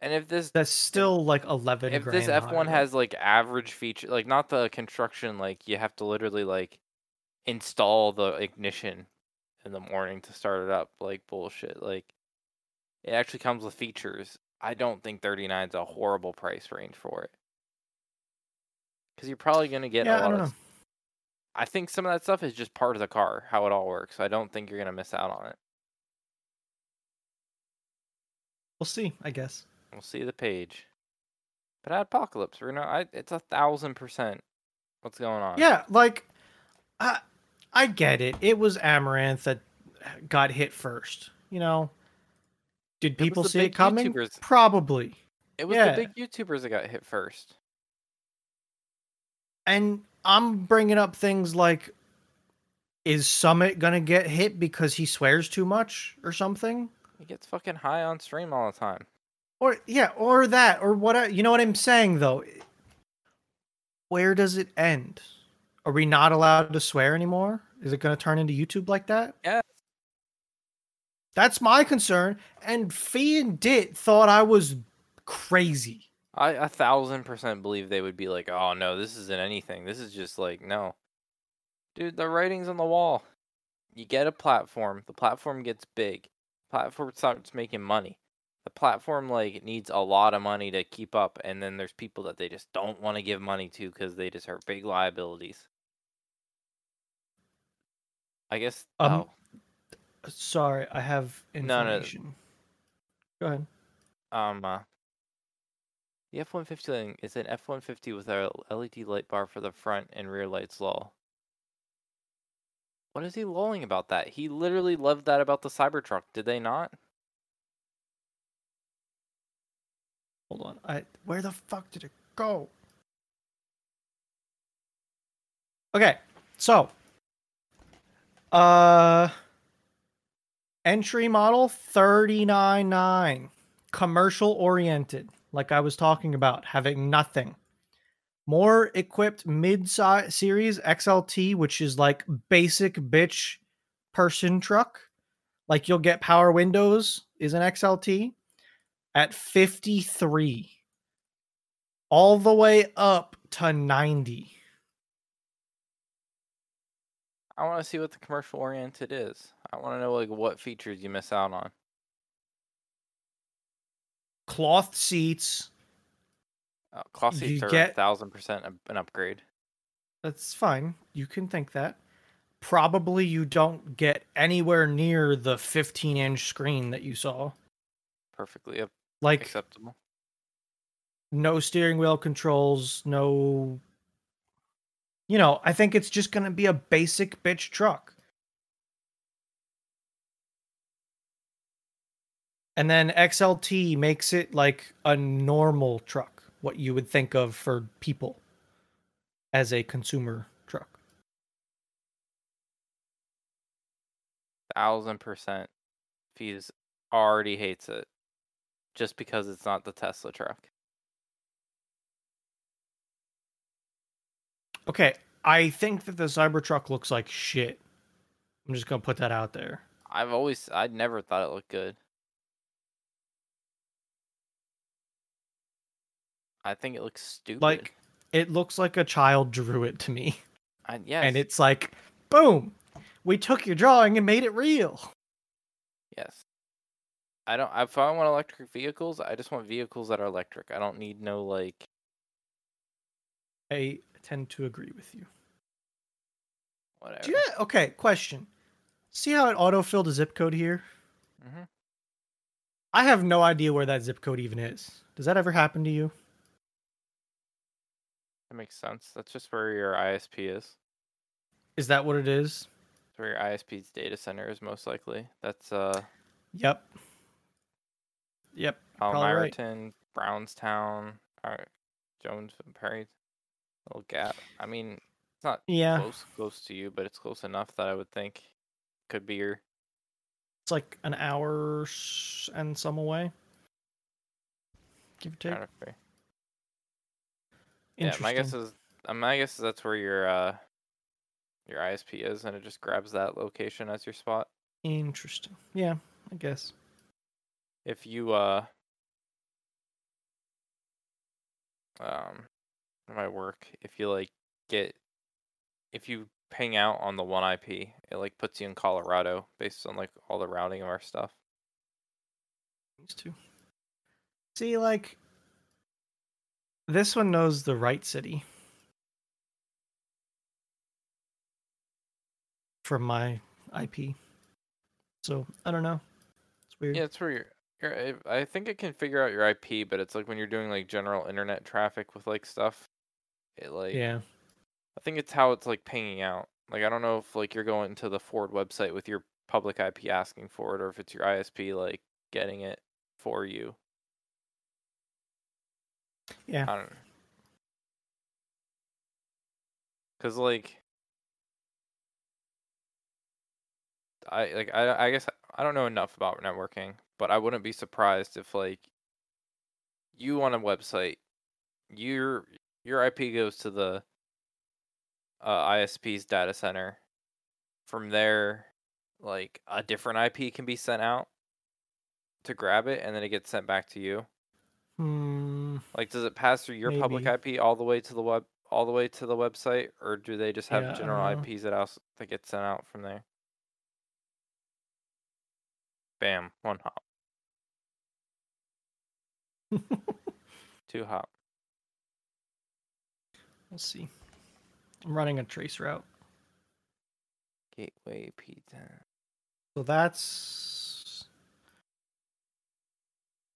A: and if this
B: That's still like 11
A: if
B: grand
A: this F one
B: higher.
A: has like average feature, like not the construction, like you have to literally like install the ignition in the morning to start it up, like bullshit. Like it actually comes with features. I don't think thirty nine is a horrible price range for it, because you're probably gonna get
B: Yeah, I
A: a lot
B: don't
A: of.
B: know.
A: s- I think some of that stuff is just part of the car, how it all works. I don't think you're gonna miss out on it.
B: We'll see, I guess.
A: We'll see the page. But apocalypse, we're not. I, it's a thousand percent. What's going on?
B: Yeah, like I I get it. It was Amaranth that got hit first. You know, did
A: was
B: people
A: the
B: see it
A: big
B: coming?
A: YouTubers.
B: Probably.
A: It was
B: Yeah.
A: the big YouTubers that got hit first.
B: And I'm bringing up things like is Summit going to get hit because he swears too much or something?
A: He gets fucking high on stream all the time.
B: Or yeah, or that or what I- you know what I'm saying though. Where does it end? Are we not allowed to swear anymore? Is it going to turn into YouTube like that?
A: Yeah,
B: That's my concern. And Fee and Dit thought I was crazy.
A: I a thousand percent believe they would be like, oh no, this isn't anything. This is just like no, dude. The writing's on the wall. You get a platform. The platform gets big. Platform starts making money. The platform like needs a lot of money to keep up, and then there's people that they just don't want to give money to because they just are big liabilities. I guess.
B: Um,
A: oh.
B: Sorry, I have
A: No, no.
B: information. Go ahead.
A: Um, uh, the F one fifty thing is an F one fifty with a LED light bar for the front and rear lights lull. What is he lolling about that? He literally loved that about the Cybertruck, did they not?
B: Hold on. I where the fuck did it go? Okay, so uh entry model 399 commercial oriented like I was talking about having nothing more equipped mid series XLT which is like basic bitch person truck like you'll get power windows is an XLT at 53 all the way up to 90
A: I want to see what the commercial oriented is. I want to know like what features you miss out on.
B: cloth seats
A: Uh, cloth
B: You
A: seats are a
B: get-
A: thousand percent a- an upgrade.
B: that's fine you can think that probably you don't get anywhere near the 15 inch screen that you saw
A: Perfectly up-
B: like
A: acceptable.
B: no steering wheel controls no you know i think it's just going to be a basic bitch truck and then xlt makes it like a normal truck what you would think of for people as a consumer truck
A: Thousand percent. Fees already hates it just because it's not the Tesla truck.
B: okay i think that the cybertruck looks like shit i'm just going to put that out there
A: I've always I'd never thought it looked good. I think it looks stupid.
B: like it looks like a child drew it to me
A: I, yes,
B: and it's like boom we took your drawing and made it real
A: yes. I don't. If I want electric vehicles, I just want vehicles that are electric. I don't need no like.
B: i tend to agree with you
A: Whatever.
B: Do you okay question see how it autofilled a zip code here
A: Mhm.
B: i have no idea where that zip code even is does that ever happen to you
A: That makes sense. That's just where your ISP is.
B: is that what it is
A: It's where your ISP's data center is most likely. That's uh
B: yep yep right.
A: Palmyraton, Brownstown, or Jones, Perry. Little gap. I mean, it's not
B: yeah
A: close close to you, but it's close enough that I would think could be your
B: it's like an hour s- and some away give or take
A: kind of fair. Yeah, my guess
B: Interesting.
A: is uh, my guess is that's where your uh your ISP is and it just grabs that location as your spot.
B: interesting yeah i guess
A: If you uh um my work, if you like get if you ping out on the one IP, it like puts you in Colorado based on like all the routing of our stuff.
B: These two. See, like this one knows the right city. From my IP. So I don't know. It's weird.
A: Yeah, it's where you're, you're. I I think it can figure out your IP, but it's like when you're doing like general internet traffic with like stuff, it like.
B: yeah.
A: I think it's how it's like pinging out. Like I don't know if like you're going to the Ford website with your public IP asking for it, or if it's your ISP like getting it for you.
B: Yeah.
A: I don't. Cause like. I like I I guess I don't know enough about networking, but I wouldn't be surprised if like you on a website, your your IP goes to the uh, ISP's data center. From there, like a different IP can be sent out to grab it, and then it gets sent back to you.
B: Hmm.
A: Like, does it pass through your public IP all the way to the web, all the way to the website, or do they just have
B: Yeah, I
A: general
B: dunno.
A: IPs that else that get sent out from there? Bam, one hop, two hop.
B: Let's see. I'm running a trace route.
A: Gateway P10.
B: So that's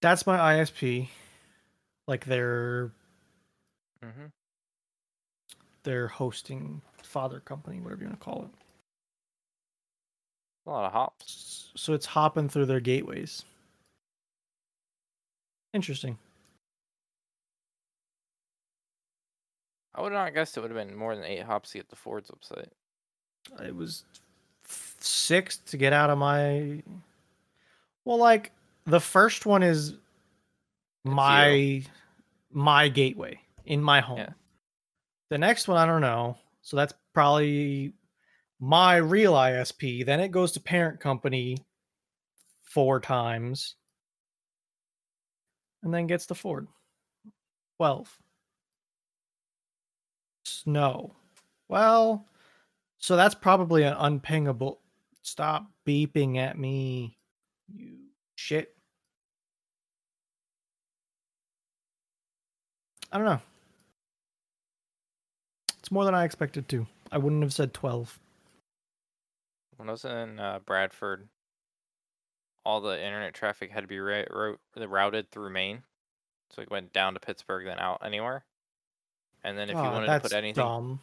B: that's my ISP, like their
A: Mm-hmm.
B: their hosting father company, whatever you want to call it.
A: A lot of hops.
B: S- So it's hopping through their gateways. Interesting.
A: I would not guess it would have been more than eight hops to get the Ford's website.
B: It was f- six to get out of my. Well, like the first one is my my gateway in my home.
A: Yeah.
B: The next one I don't know, so that's probably my real ISP. Then it goes to parent company four times, and then gets to Ford. Twelve. Snow. Well, so that's probably an unpingable. Stop beeping at me, you shit. I don't know. It's more than I expected to. I wouldn't have said 12.
A: When I was in uh, Bradford, all the internet traffic had to be ra- ro- routed through Maine, so it went down to Pittsburgh, then out anywhere. And then if
B: Aw,
A: you wanted to
B: Ah, that's
A: put anything,
B: dumb.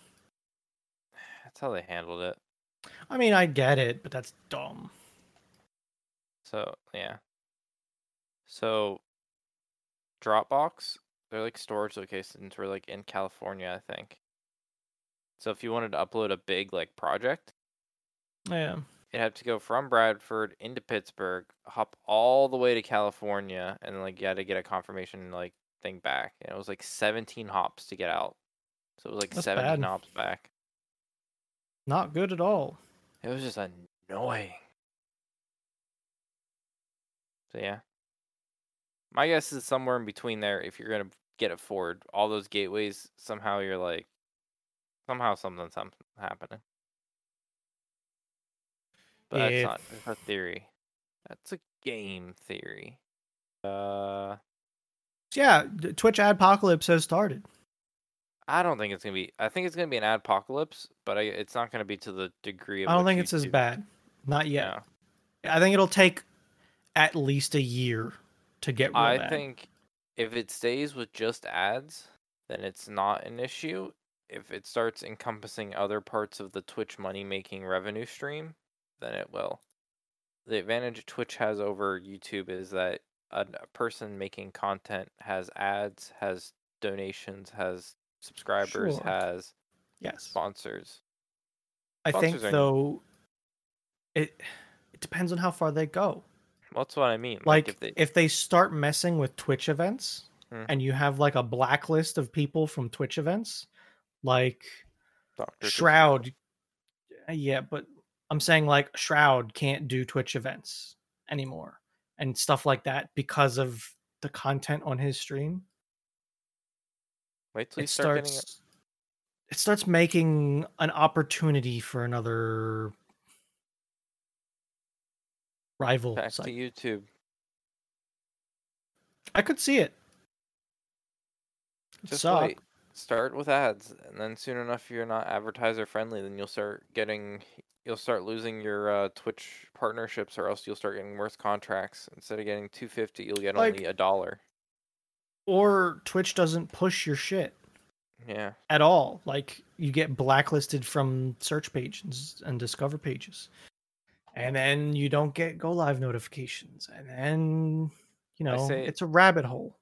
A: that's how they handled it.
B: I mean, I get it, but that's dumb.
A: So yeah. So Dropbox, they're like storage locations were like in California, I think. So if you wanted to upload a big like project,
B: Yeah.
A: it'd have to go from Bradford into Pittsburgh, hop all the way to California, and then like you had to get a confirmation like thing back. And it was like seventeen hops to get out. So it was like
B: That's
A: seventeen
B: bad.
A: hops back.
B: Not good at all.
A: It was just annoying. So yeah. My guess is somewhere in between there if you're gonna get it forward. All those gateways, somehow you're like somehow something something happening. But
B: Yeah.
A: that's not that's a theory. That's a game theory. Uh
B: Yeah, the Twitch Adpocalypse has started.
A: I don't think it's gonna be I think it's gonna be an apocalypse, but I, it's not gonna be to the degree of
B: I don't
A: what
B: think
A: you
B: it's as
A: do.
B: bad. Not yet.
A: No.
B: I think it'll take at least a year to get real
A: I
B: bad.
A: think if it stays with just ads, then it's not an issue. If it starts encompassing other parts of the Twitch money making revenue stream, then it will. The advantage Twitch has over YouTube is that a a person making content has ads, has donations, has subscribers,
B: Sure.
A: has
B: Yes.
A: sponsors.
B: I think,
A: sponsors are-
B: though, it, it depends on how far they go.
A: That's what I mean.
B: like
A: if they
B: start messing with twitch events
A: Mm.
B: and you have like a blacklist of people from twitch events like
A: Dr. Dre-
B: shroud Uh, yeah but i'm saying like shroud can't do twitch events anymore and stuff like that because of the content on his stream
A: wait till you
B: it
A: start getting
B: starts it starts making an opportunity for another rival
A: back
B: site.
A: to YouTube.
B: i could see it Would
A: Just
B: suck.
A: wait. Start with ads, and then soon enough, you're not advertiser friendly. Then you'll start getting, you'll start losing your uh, Twitch partnerships, or else you'll start getting worse contracts. Instead of getting two fifty, you'll get
B: Like-
A: only a dollar.
B: or twitch doesn't push your shit
A: Yeah,
B: at all. Like you get blacklisted from search pages and discover pages. And then you don't get go live notifications. And then you
A: I
B: know
A: say-
B: it's a rabbit hole.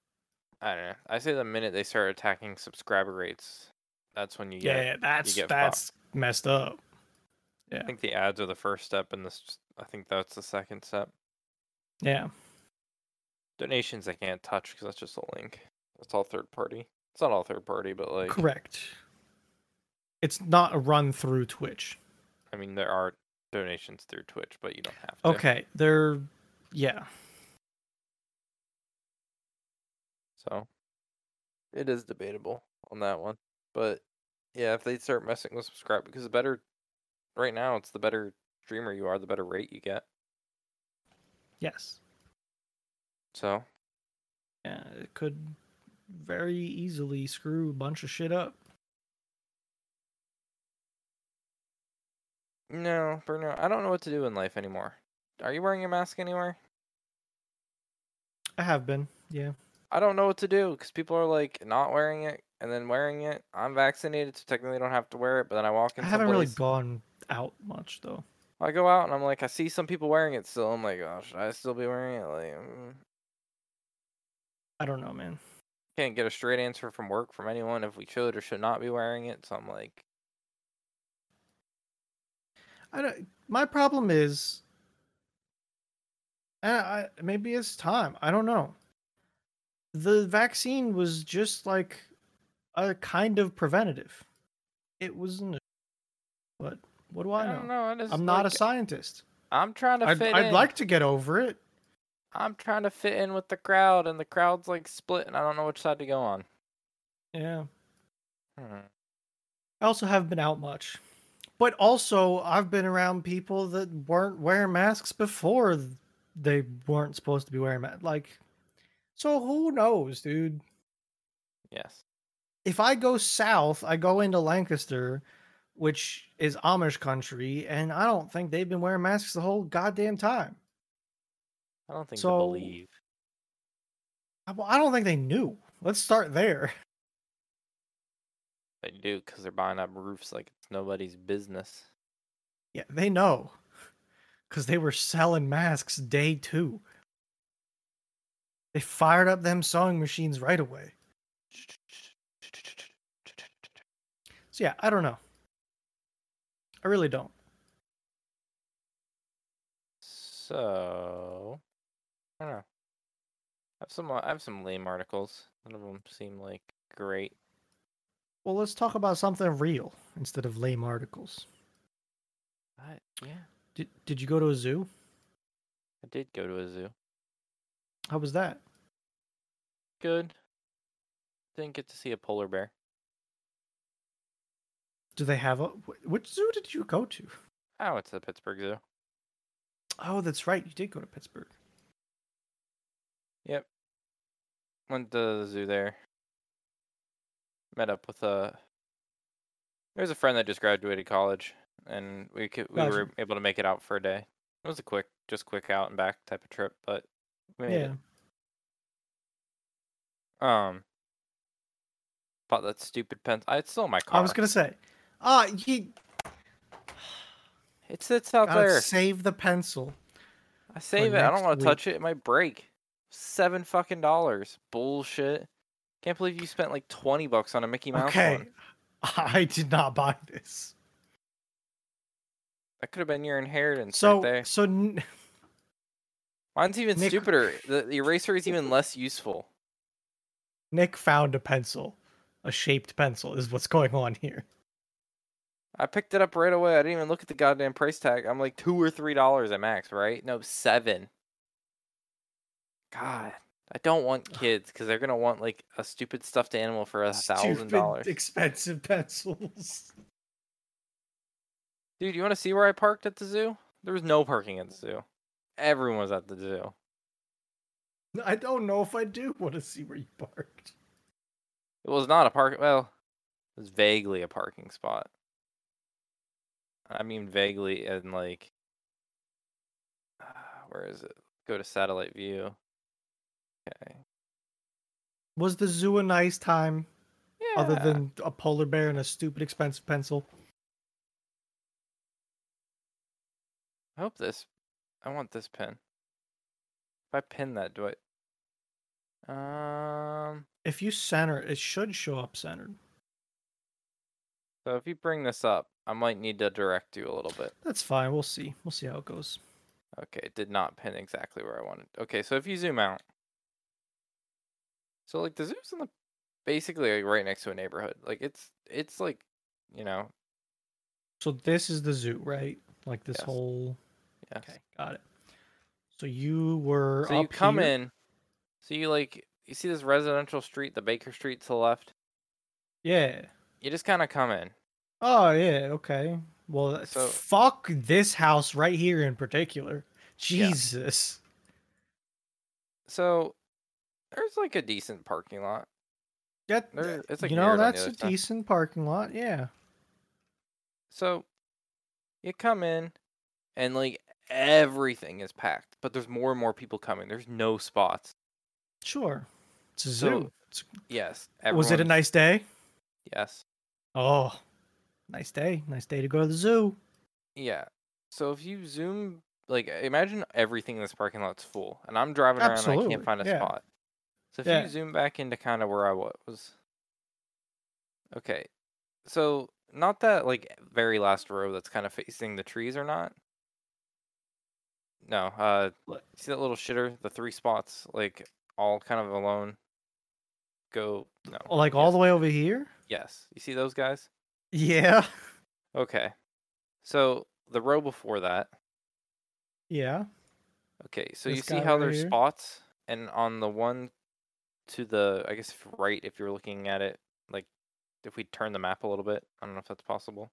A: I don't know. I say the minute they start attacking subscriber rates, that's when you
B: Yeah,
A: get.
B: that's
A: get fucked.
B: that's messed up.
A: I think the ads are the first step, and this, I think that's the second step.
B: Yeah.
A: Donations I can't touch because that's just a link. That's all third party. It's not all third party, but like,
B: Correct. It's not a run through Twitch.
A: I mean, there are donations through Twitch, but you don't have to.
B: Okay. They're yeah.
A: So it is debatable on that one. But yeah, if they start messing with subscribe because the better right now it's the better streamer you are, the better rate you get.
B: Yes.
A: So
B: Yeah, it could very easily screw a bunch of shit up.
A: no, Bruno, I don't know what to do in life anymore. Are you wearing a mask anywhere?
B: I have been. Yeah.
A: I don't know what to do because people are like not wearing it and then wearing it. I'm vaccinated, so technically I don't have to wear it. But then I walk in.
B: I haven't really
A: someplace-
B: gone out much though.
A: I go out and I'm like, I see some people wearing it still. I'm like, oh, should I still be wearing it? Like, mm.
B: I don't know, man.
A: can't get a straight answer from work from anyone if we should or should not be wearing it. So I'm like,
B: I don't, my problem is I, I maybe it's time. I don't know. The vaccine was just like a kind of preventative. It wasn't a, but what do I,
A: I
B: know?
A: don't know. I just,
B: I'm not
A: like,
B: a scientist.
A: I'm trying to
B: I'd,
A: fit.
B: I'd
A: in.
B: like to get over it.
A: I'm trying to fit in with the crowd, and the crowd's like split, and I don't know which side to go on.
B: Yeah.
A: Hmm.
B: I also haven't been out much. But also, I've been around people that weren't wearing masks before th- they weren't supposed to be wearing masks. Like, so who knows, dude?
A: Yes.
B: If I go south, I go into Lancaster, which is Amish country, and I don't think they've been wearing masks the whole goddamn time.
A: I don't think
B: So-
A: they believe.
B: I well, I don't think they knew. Let's start there.
A: They do because they're buying up roofs like it's nobody's business.
B: Yeah, they know. Because they were selling masks day two. They fired up them sewing machines right away. So yeah, I don't know. I really don't.
A: So, I don't know. I have some I have some lame articles. None of them seem like great.
B: Well, let's talk about something real instead of lame articles.
A: But yeah,
B: Did Did you go to a zoo?
A: I did go to a zoo.
B: How was that?
A: Good. Didn't get to see a polar bear.
B: Do they have a wh- which zoo did you go to?
A: Oh, it's the Pittsburgh Zoo.
B: Oh, that's right, you did go to Pittsburgh.
A: Went to the zoo there. Met up with a. There's a friend that just graduated college, and we could, we were
B: Gotcha.
A: able to make it out for a day. It was a quick, just quick out and back type of trip, but we made it.
B: yeah,
A: Um, bought that stupid pen. I, it's still in my car.
B: I was gonna say, ah, you
A: It sits out
B: gotta
A: there.
B: uh, save the pencil.
A: I save it. I don't
B: next
A: want to
B: week.
A: touch it. It might break. Seven fucking dollars. Bullshit. Can't believe you spent like twenty bucks on a Mickey Mouse.
B: Okay,
A: one.
B: I did not buy this.
A: that could have been your inheritance
B: So
A: right there.
B: so n-
A: Mine's even
B: Nick-
A: stupider. The, the eraser is even less useful.
B: Nick found a pencil, a shaped pencil is what's going on here.
A: I picked it up right away. I didn't even look at the goddamn price tag. I'm like two or three dollars at max, right? No, seven. God, I don't want kids because they're gonna want like a stupid stuffed animal for a thousand
B: Stupid
A: dollars.
B: expensive pencils.
A: Dude, you want to see where I parked at the zoo? There was no parking at the zoo. Everyone was at the zoo.
B: I don't know if I do want to see where you parked.
A: It was not a park. Well, it was vaguely a parking spot. I mean, vaguely, and like, uh, where is it? Go to satellite view. Okay.
B: Was the zoo a nice time
A: Yeah.
B: other than a polar bear and a stupid expensive pencil?
A: I hope this. I want this pin. If I pin that, do I? Um.
B: If you center, it should show up centered.
A: So if you bring this up, I might need to direct you a little bit.
B: That's fine. We'll see. We'll see how it goes.
A: Okay, it did not pin exactly where I wanted. Okay, so if you zoom out, so like the zoo's in the basically like right next to a neighborhood. Like it's it's like you know
B: So this is the zoo, right? Like this
A: Yes.
B: whole.
A: yes.
B: Okay, got it. So you were.
A: So you
B: up
A: come
B: here?
A: in, so you like you see this residential street, the Baker Street to the left.
B: Yeah.
A: You just kind of come in.
B: Oh yeah. Okay. Well,
A: So-
B: fuck this house right here in particular. Jesus.
A: So there's like a decent parking lot.
B: That
A: There-
B: that-
A: it's, like,
B: you know
A: mirrored on the
B: that's
A: other
B: a
A: side.
B: decent parking lot. Yeah.
A: So you come in and like everything is packed, but there's more and more people coming. There's no spots.
B: Sure. It's a
A: So,
B: zoo. It's-
A: Yes.
B: was it a
A: everyone's-
B: nice day?
A: Yes.
B: Oh, nice day. Nice day to go to the zoo.
A: Yeah. So if you zoom, like imagine everything in this parking lot's full, and I'm driving around and I
B: Absolutely,
A: can't find a
B: yeah.
A: spot. So if
B: Yeah.
A: you zoom back into kind of where I wa- was. Okay. So not that like very last row that's kind of facing the trees or not. No. Uh,
B: What?
A: see that little shitter, the three spots, like all kind of alone. Go no.
B: Oh, Like all the way over here.
A: Yes. You see those guys?
B: Yeah.
A: Okay. So the row before that.
B: Yeah.
A: Okay, so you
B: This
A: see
B: guy
A: how
B: right
A: there's
B: here?
A: spots, and on the one to the, I guess if right, if you're looking at it, like if we turn the map a little bit, I don't know if that's possible.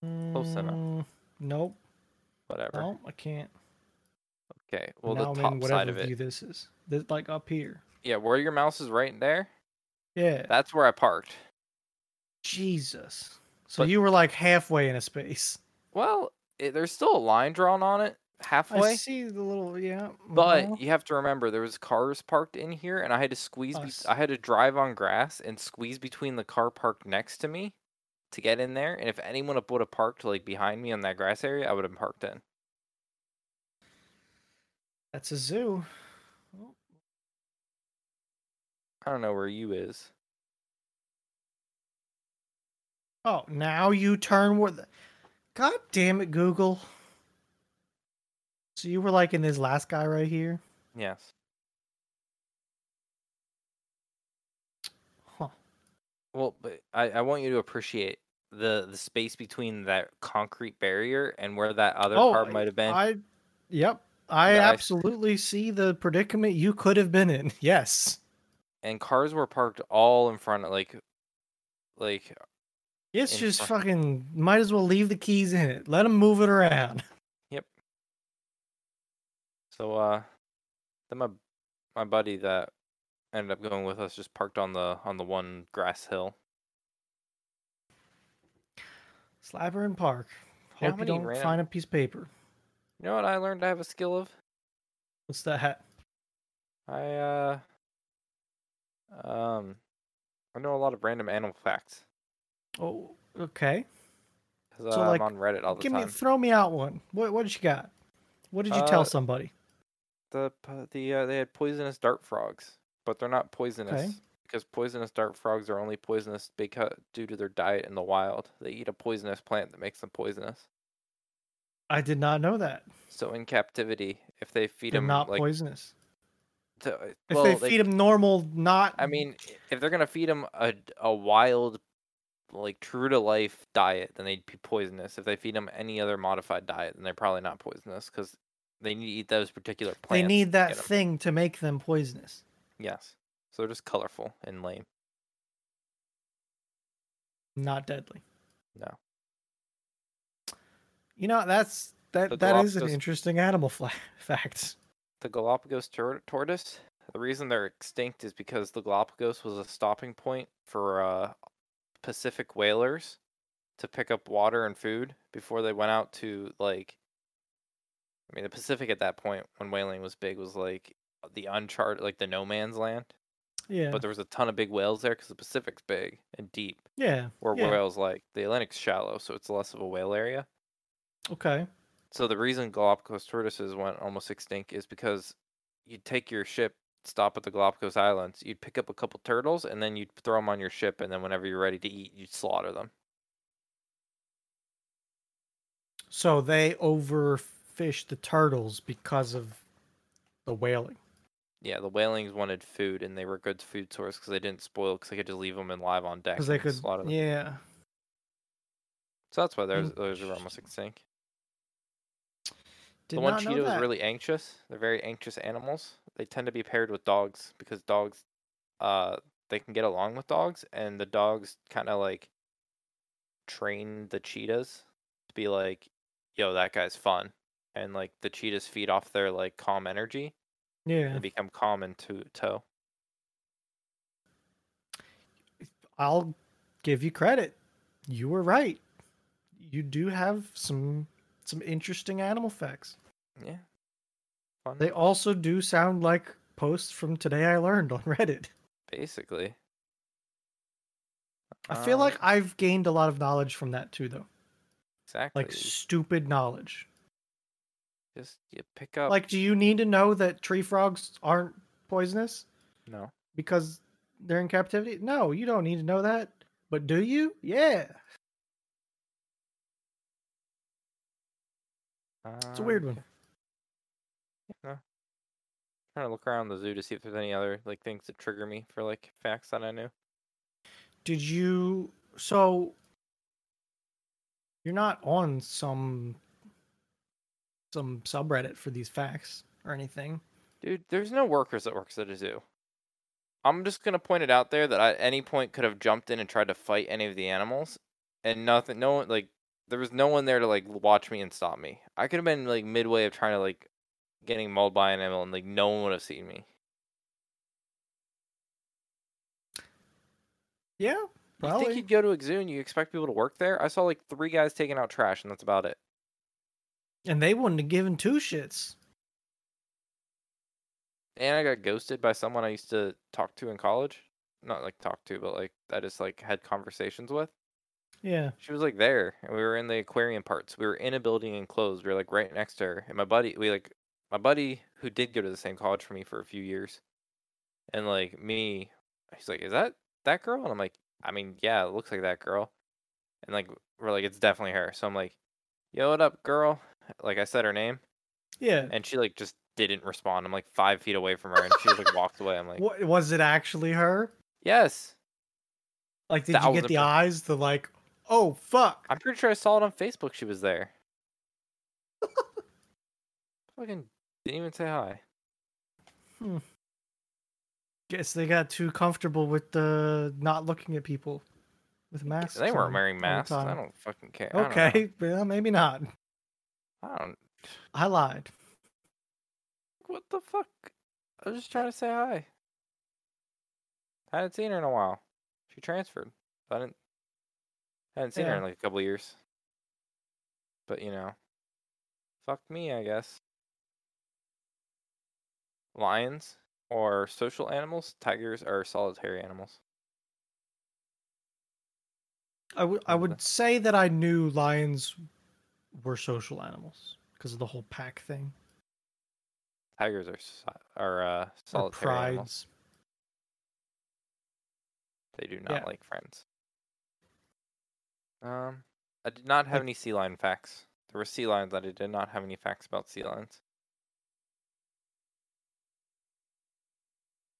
A: Close enough.
B: Mm, Nope.
A: Whatever.
B: Nope. I can't.
A: Okay, well
B: now
A: the
B: I'm
A: top side
B: in whatever
A: of it,
B: view this is. This like up here.
A: yeah, where your mouse is right there,
B: Yeah.
A: that's where I parked.
B: Jesus. So
A: But-
B: you were like halfway in a space.
A: Well, it, there's still a line drawn on it
B: I
A: halfway,
B: see the little yeah. uh-huh.
A: but you have to remember there was cars parked in here, and I had to squeeze,
B: I
A: be-
B: s-
A: I had to drive on grass and squeeze between the car parked next to me. to get in there. And if anyone would have parked like behind me on that grass area, I would have parked in.
B: that's a zoo.
A: I don't know where you is.
B: Oh, now you turn where the God damn it, Google. So you were like in this last guy right here?
A: Yes.
B: Huh.
A: Well, but I, I want you to appreciate the the space between that concrete barrier and where that other
B: Oh,
A: car might have been.
B: I Yep. I
A: That I-
B: absolutely see the predicament you could have been in. Yes.
A: and cars were parked all in front of like like
B: It's
A: In
B: just
A: fuck-
B: fucking might as well leave the keys in it. Let them move it around.
A: so uh then my my buddy that ended up going with us just parked on the on the one grass hill.
B: Slapper and Park.
A: You know how
B: Hope you
A: many
B: don't
A: random-
B: find a piece of paper.
A: You know what I learned I have a skill of?
B: What's that?
A: I uh um I know a lot of random animal facts
B: Oh, okay.
A: because
B: So,
A: I'm
B: like,
A: on Reddit all the
B: Give me,
A: time.
B: throw me out one. What, what did you got? What did you tell
A: Uh,
B: somebody?
A: The p- the uh, they had poisonous dart frogs, but they're not poisonous because poisonous dart frogs are only poisonous because due to their diet in the wild. They eat a poisonous plant that makes them poisonous.
B: I did not know that.
A: So in captivity, if they feed
B: They're
A: them
B: not
A: like
B: poisonous.
A: to, uh,
B: If
A: well,
B: they feed them normal, not.
A: I mean, i- if they're gonna feed them a a wild, like true to life diet, then they'd be poisonous. If they feed them any other modified diet, then they're probably not poisonous because they need to eat those particular
B: they
A: plants.
B: need
A: get
B: that
A: 'em.
B: thing to make them poisonous.
A: Yes, so they're just colorful and lame.
B: Not deadly.
A: No.
B: You know that's that
A: The
B: that is an
A: Galapagos-
B: interesting animal fla- fact.
A: The Galapagos tor- tortoise. The reason they're extinct is because the Galapagos was a stopping point for uh, Pacific whalers to pick up water and food before they went out to like I mean the Pacific at that point when whaling was big was like the uncharted like the no man's land
B: Yeah.
A: but there was a ton of big whales there cuz the Pacific's big and deep
B: yeah.
A: where
B: Yeah.
A: whales like the Atlantic's shallow so it's less of a whale area
B: Okay.
A: so the reason Galapagos tortoises went almost extinct is because you'd take your ship, stop at the Galapagos Islands, you'd pick up a couple turtles, and then you'd throw them on your ship, and then whenever you're ready to eat, you'd slaughter them.
B: So they overfish the turtles because of the whaling.
A: Yeah, the whalings wanted food, and they were a good food source because they didn't spoil because they could just leave them in live on deck.
B: Because they
A: and
B: could.
A: slaughter them.
B: Yeah. Mm.
A: So that's why those those were almost extinct.
B: Did
A: the one
B: not know
A: cheetah was
B: that.
A: really anxious. They're very anxious animals. They tend to be paired with dogs because dogs, uh, they can get along with dogs, and the dogs kind of like train the cheetahs to be like, "Yo, that guy's fun," and like the cheetahs feed off their like calm energy
B: Yeah.
A: and become calm in to- tow.
B: I'll give you credit. You were right. You do have some some interesting animal facts.
A: Yeah, fun
B: They also do sound like posts from today I learned on Reddit.
A: basically.
B: I feel
A: Um,
B: like I've gained a lot of knowledge from that too though.
A: exactly
B: Like stupid knowledge.
A: just you pick up
B: Like do you need to know that tree frogs aren't poisonous
A: no
B: because they're in captivity? No, you don't need to know that. But do you? Yeah. It's a weird one.
A: trying to look around the zoo to see if there's any other like things that trigger me for like facts that I knew.
B: Did you so you're not on some some subreddit for these facts or anything.
A: Dude, there's no workers that works at a zoo. I'm just gonna point it out there that I at any point could have jumped in and tried to fight any of the animals, and nothing. No one like there was no one there to like watch me and stop me. I could have been like midway of trying to like getting mauled by an animal, and like no one would have seen me.
B: Yeah,
A: You
B: probably.
A: think you'd go to a zoo and you expect people to work there? I saw like three guys taking out trash, and that's about it.
B: and they wouldn't have given two shits.
A: and I got ghosted by someone I used to talk to in college. Not like talk to, but like I just like had conversations with.
B: Yeah.
A: She was like there, and we were in the aquarium parts. We were in a building enclosed. We were like right next to her, and my buddy, we like my buddy who did go to the same college for me for a few years, and like me, he's like, "Is that that girl?" And I'm like, "I mean, yeah, it looks like that girl," and like we're like, "It's definitely her." So I'm like, "Yo, what up, girl?" Like I said her name,
B: Yeah.
A: and she like just didn't respond. I'm like five feet away from her, and she just like walked away. I'm like.
B: What was it actually her?
A: Yes.
B: Like did you
A: Thousand
B: get the
A: per-
B: eyes the like, "Oh fuck."
A: I'm pretty sure I saw it on Facebook she was there. Fucking didn't even say hi.
B: Guess they got too comfortable with the not looking at people with masks.
A: They
B: on
A: weren't wearing
B: all the
A: masks. I
B: time.
A: don't fucking care. I don't, know.
B: Okay, well, maybe not.
A: I don't.
B: I lied.
A: What the fuck? I was just trying to say hi. I hadn't seen her in a while. She transferred. I didn't. I hadn't seen her
B: Yeah.
A: in like a couple years. But you know, fuck me, I guess. Lions are social animals. Tigers are solitary animals.
B: I would I
A: Remember
B: would
A: that.
B: say that I knew lions were social animals because of the whole pack thing.
A: Tigers are so- are uh,
B: Or
A: solitary animals.
B: prides.
A: They do not
B: Yeah.
A: like friends. Um, I did not have
B: Like-
A: any sea lion facts. There were sea lions that I did not have any facts about sea lions.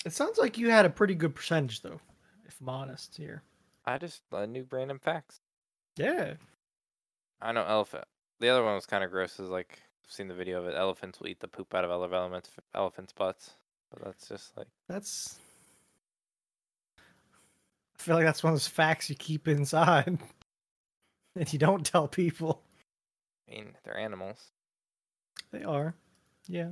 B: It sounds like you had a pretty good percentage though, if I'm honest here.
A: I just uh, knew random facts.
B: Yeah.
A: I know elephant. The other one was kind of gross. Is like I've seen the video of it. Elephants will eat the poop out of other elements, elephants' butts. But that's just like
B: That's I feel like that's one of those facts you keep inside and you don't tell people.
A: I mean they're animals.
B: They are. Yeah.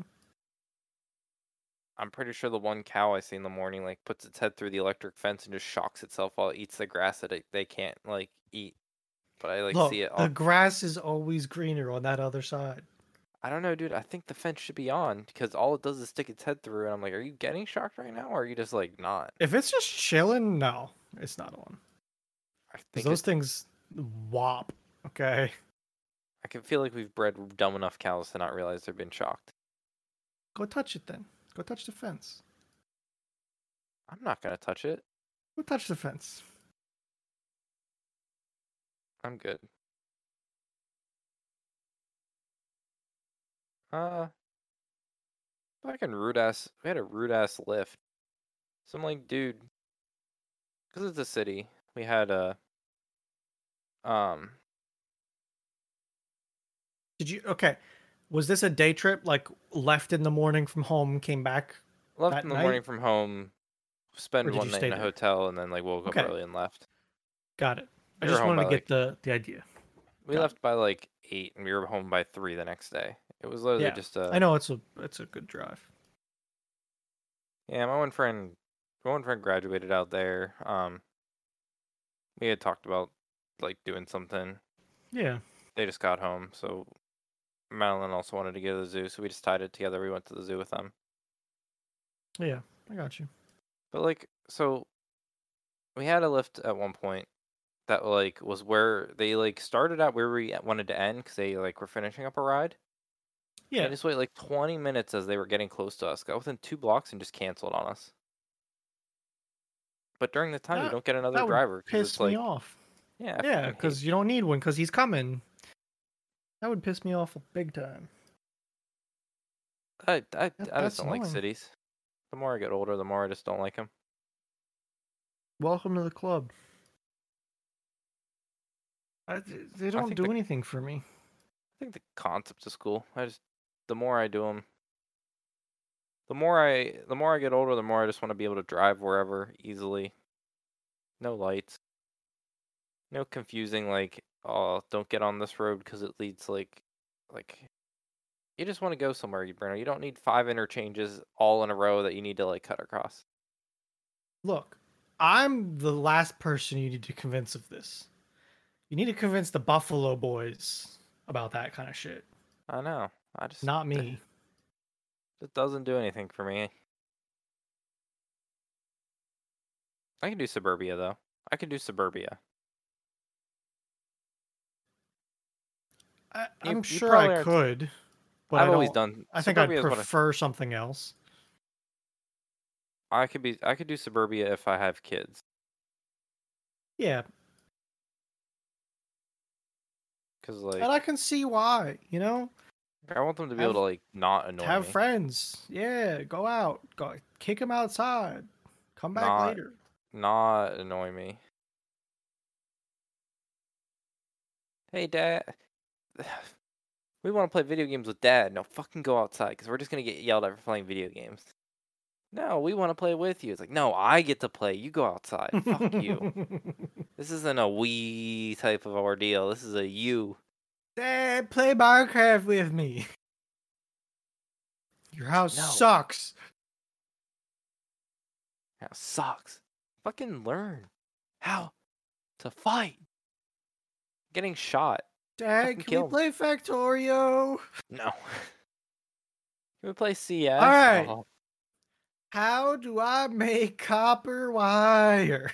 A: I'm pretty sure the one cow I see in the morning like puts its head through the electric fence and just shocks itself while it eats the grass that it, they can't like eat. But I like
B: Look,
A: see it. All...
B: the grass is always greener on that other side.
A: I don't know, dude. I think the fence should be on because all it does is stick its head through, and I'm like, are you getting shocked right now, or are you just like not?
B: If it's just chilling, no, it's not on.
A: I
B: 'Cause
A: think
B: those
A: it-
B: things wop. Okay.
A: I can feel like we've bred dumb enough cows to not realize they've been shocked.
B: Go touch it then. Go touch the fence.
A: I'm not gonna touch it.
B: Go touch the fence.
A: I'm good. Uh, fucking rude ass. We had a rude ass lift. Some like dude, because it's a city. We had a um.
B: Did you? Okay. Was this a day trip? Like left in the morning from home, came back.
A: Left
B: That
A: in the
B: night?
A: morning from home,
B: Or
A: spend
B: did
A: one
B: you
A: night
B: stay
A: in a
B: there?
A: hotel, and then like woke
B: Okay.
A: up early and left.
B: Got it. I
A: You were
B: just
A: home by,
B: wanted to
A: like-
B: get the the idea.
A: We
B: Got it.
A: left by like eight, and we were home by three the next day. It was literally
B: Yeah,
A: just a
B: I know it's a it's a good drive.
A: Yeah, my one friend, my one friend graduated out there. Um, we had talked about like doing something.
B: Yeah.
A: They just got home, so Madeline also wanted to go to the zoo, so we just tied it together. We went to the zoo with them.
B: Yeah. I got you.
A: But like, so we had a lift at one point that like was where they like started out where we wanted to end because they like were finishing up a ride.
B: Yeah.
A: I just waited like 20 minutes as they were getting close to us. Got within two blocks and just canceled on us. But during the time, you
B: That-
A: don't get another
B: that would
A: driver. 'cause
B: Piss
A: it's like,
B: me off.
A: Yeah. I
B: Yeah,
A: fucking hate-
B: because you don't need one because he's coming. That would piss me off big time.
A: I, I, I
B: that's
A: just don't like
B: annoying.
A: cities. The more I get older, the more I just don't like them.
B: Welcome to the club. I, they don't
A: think
B: do
A: the-
B: anything for me.
A: I think the concept is cool. I just the more I do them, the more I the more I get older, the more I just want to be able to drive wherever easily. No lights. No confusing like oh don't get on this road because it leads like like you just want to go somewhere, you Bruno. You don't need five interchanges all in a row that you need to like cut across.
B: Look, I'm the last person you need to convince of this. You need to convince the Buffalo Boys about that kind of shit.
A: I know. I just
B: Not me.
A: It doesn't do anything for me. I can do suburbia though. I can do suburbia.
B: I,
A: You-
B: I'm
A: you
B: sure
A: probably
B: I
A: aren't-
B: could, but
A: I've
B: I
A: always
B: don't-
A: done.
B: I think I'd
A: suburbia is what
B: prefer something else.
A: I, I could be. I could do suburbia if I have kids.
B: Yeah,
A: Cause like
B: and I can see why. You know,
A: I want them to be
B: have-
A: able to like not annoy
B: have
A: me.
B: friends. Yeah, go out. Go kick them outside. Come back
A: Not-
B: later.
A: not annoy me. Hey, Dad. We want to play video games with Dad. No, fucking go outside because we're just going to get yelled at for playing video games. No, we want to play with you. It's like, no, I get to play. You go outside. Fuck you. This isn't a we type of ordeal. This is a you.
B: Dad, play Minecraft with me. Your house
A: No.
B: sucks.
A: That sucks. Fucking learn how to fight. Getting shot.
B: Dad,
A: Fucking
B: can
A: kill
B: we
A: 'em.
B: play Factorio?
A: No. Can we play CS?
B: right.
A: Oh,
B: How do I make copper wire?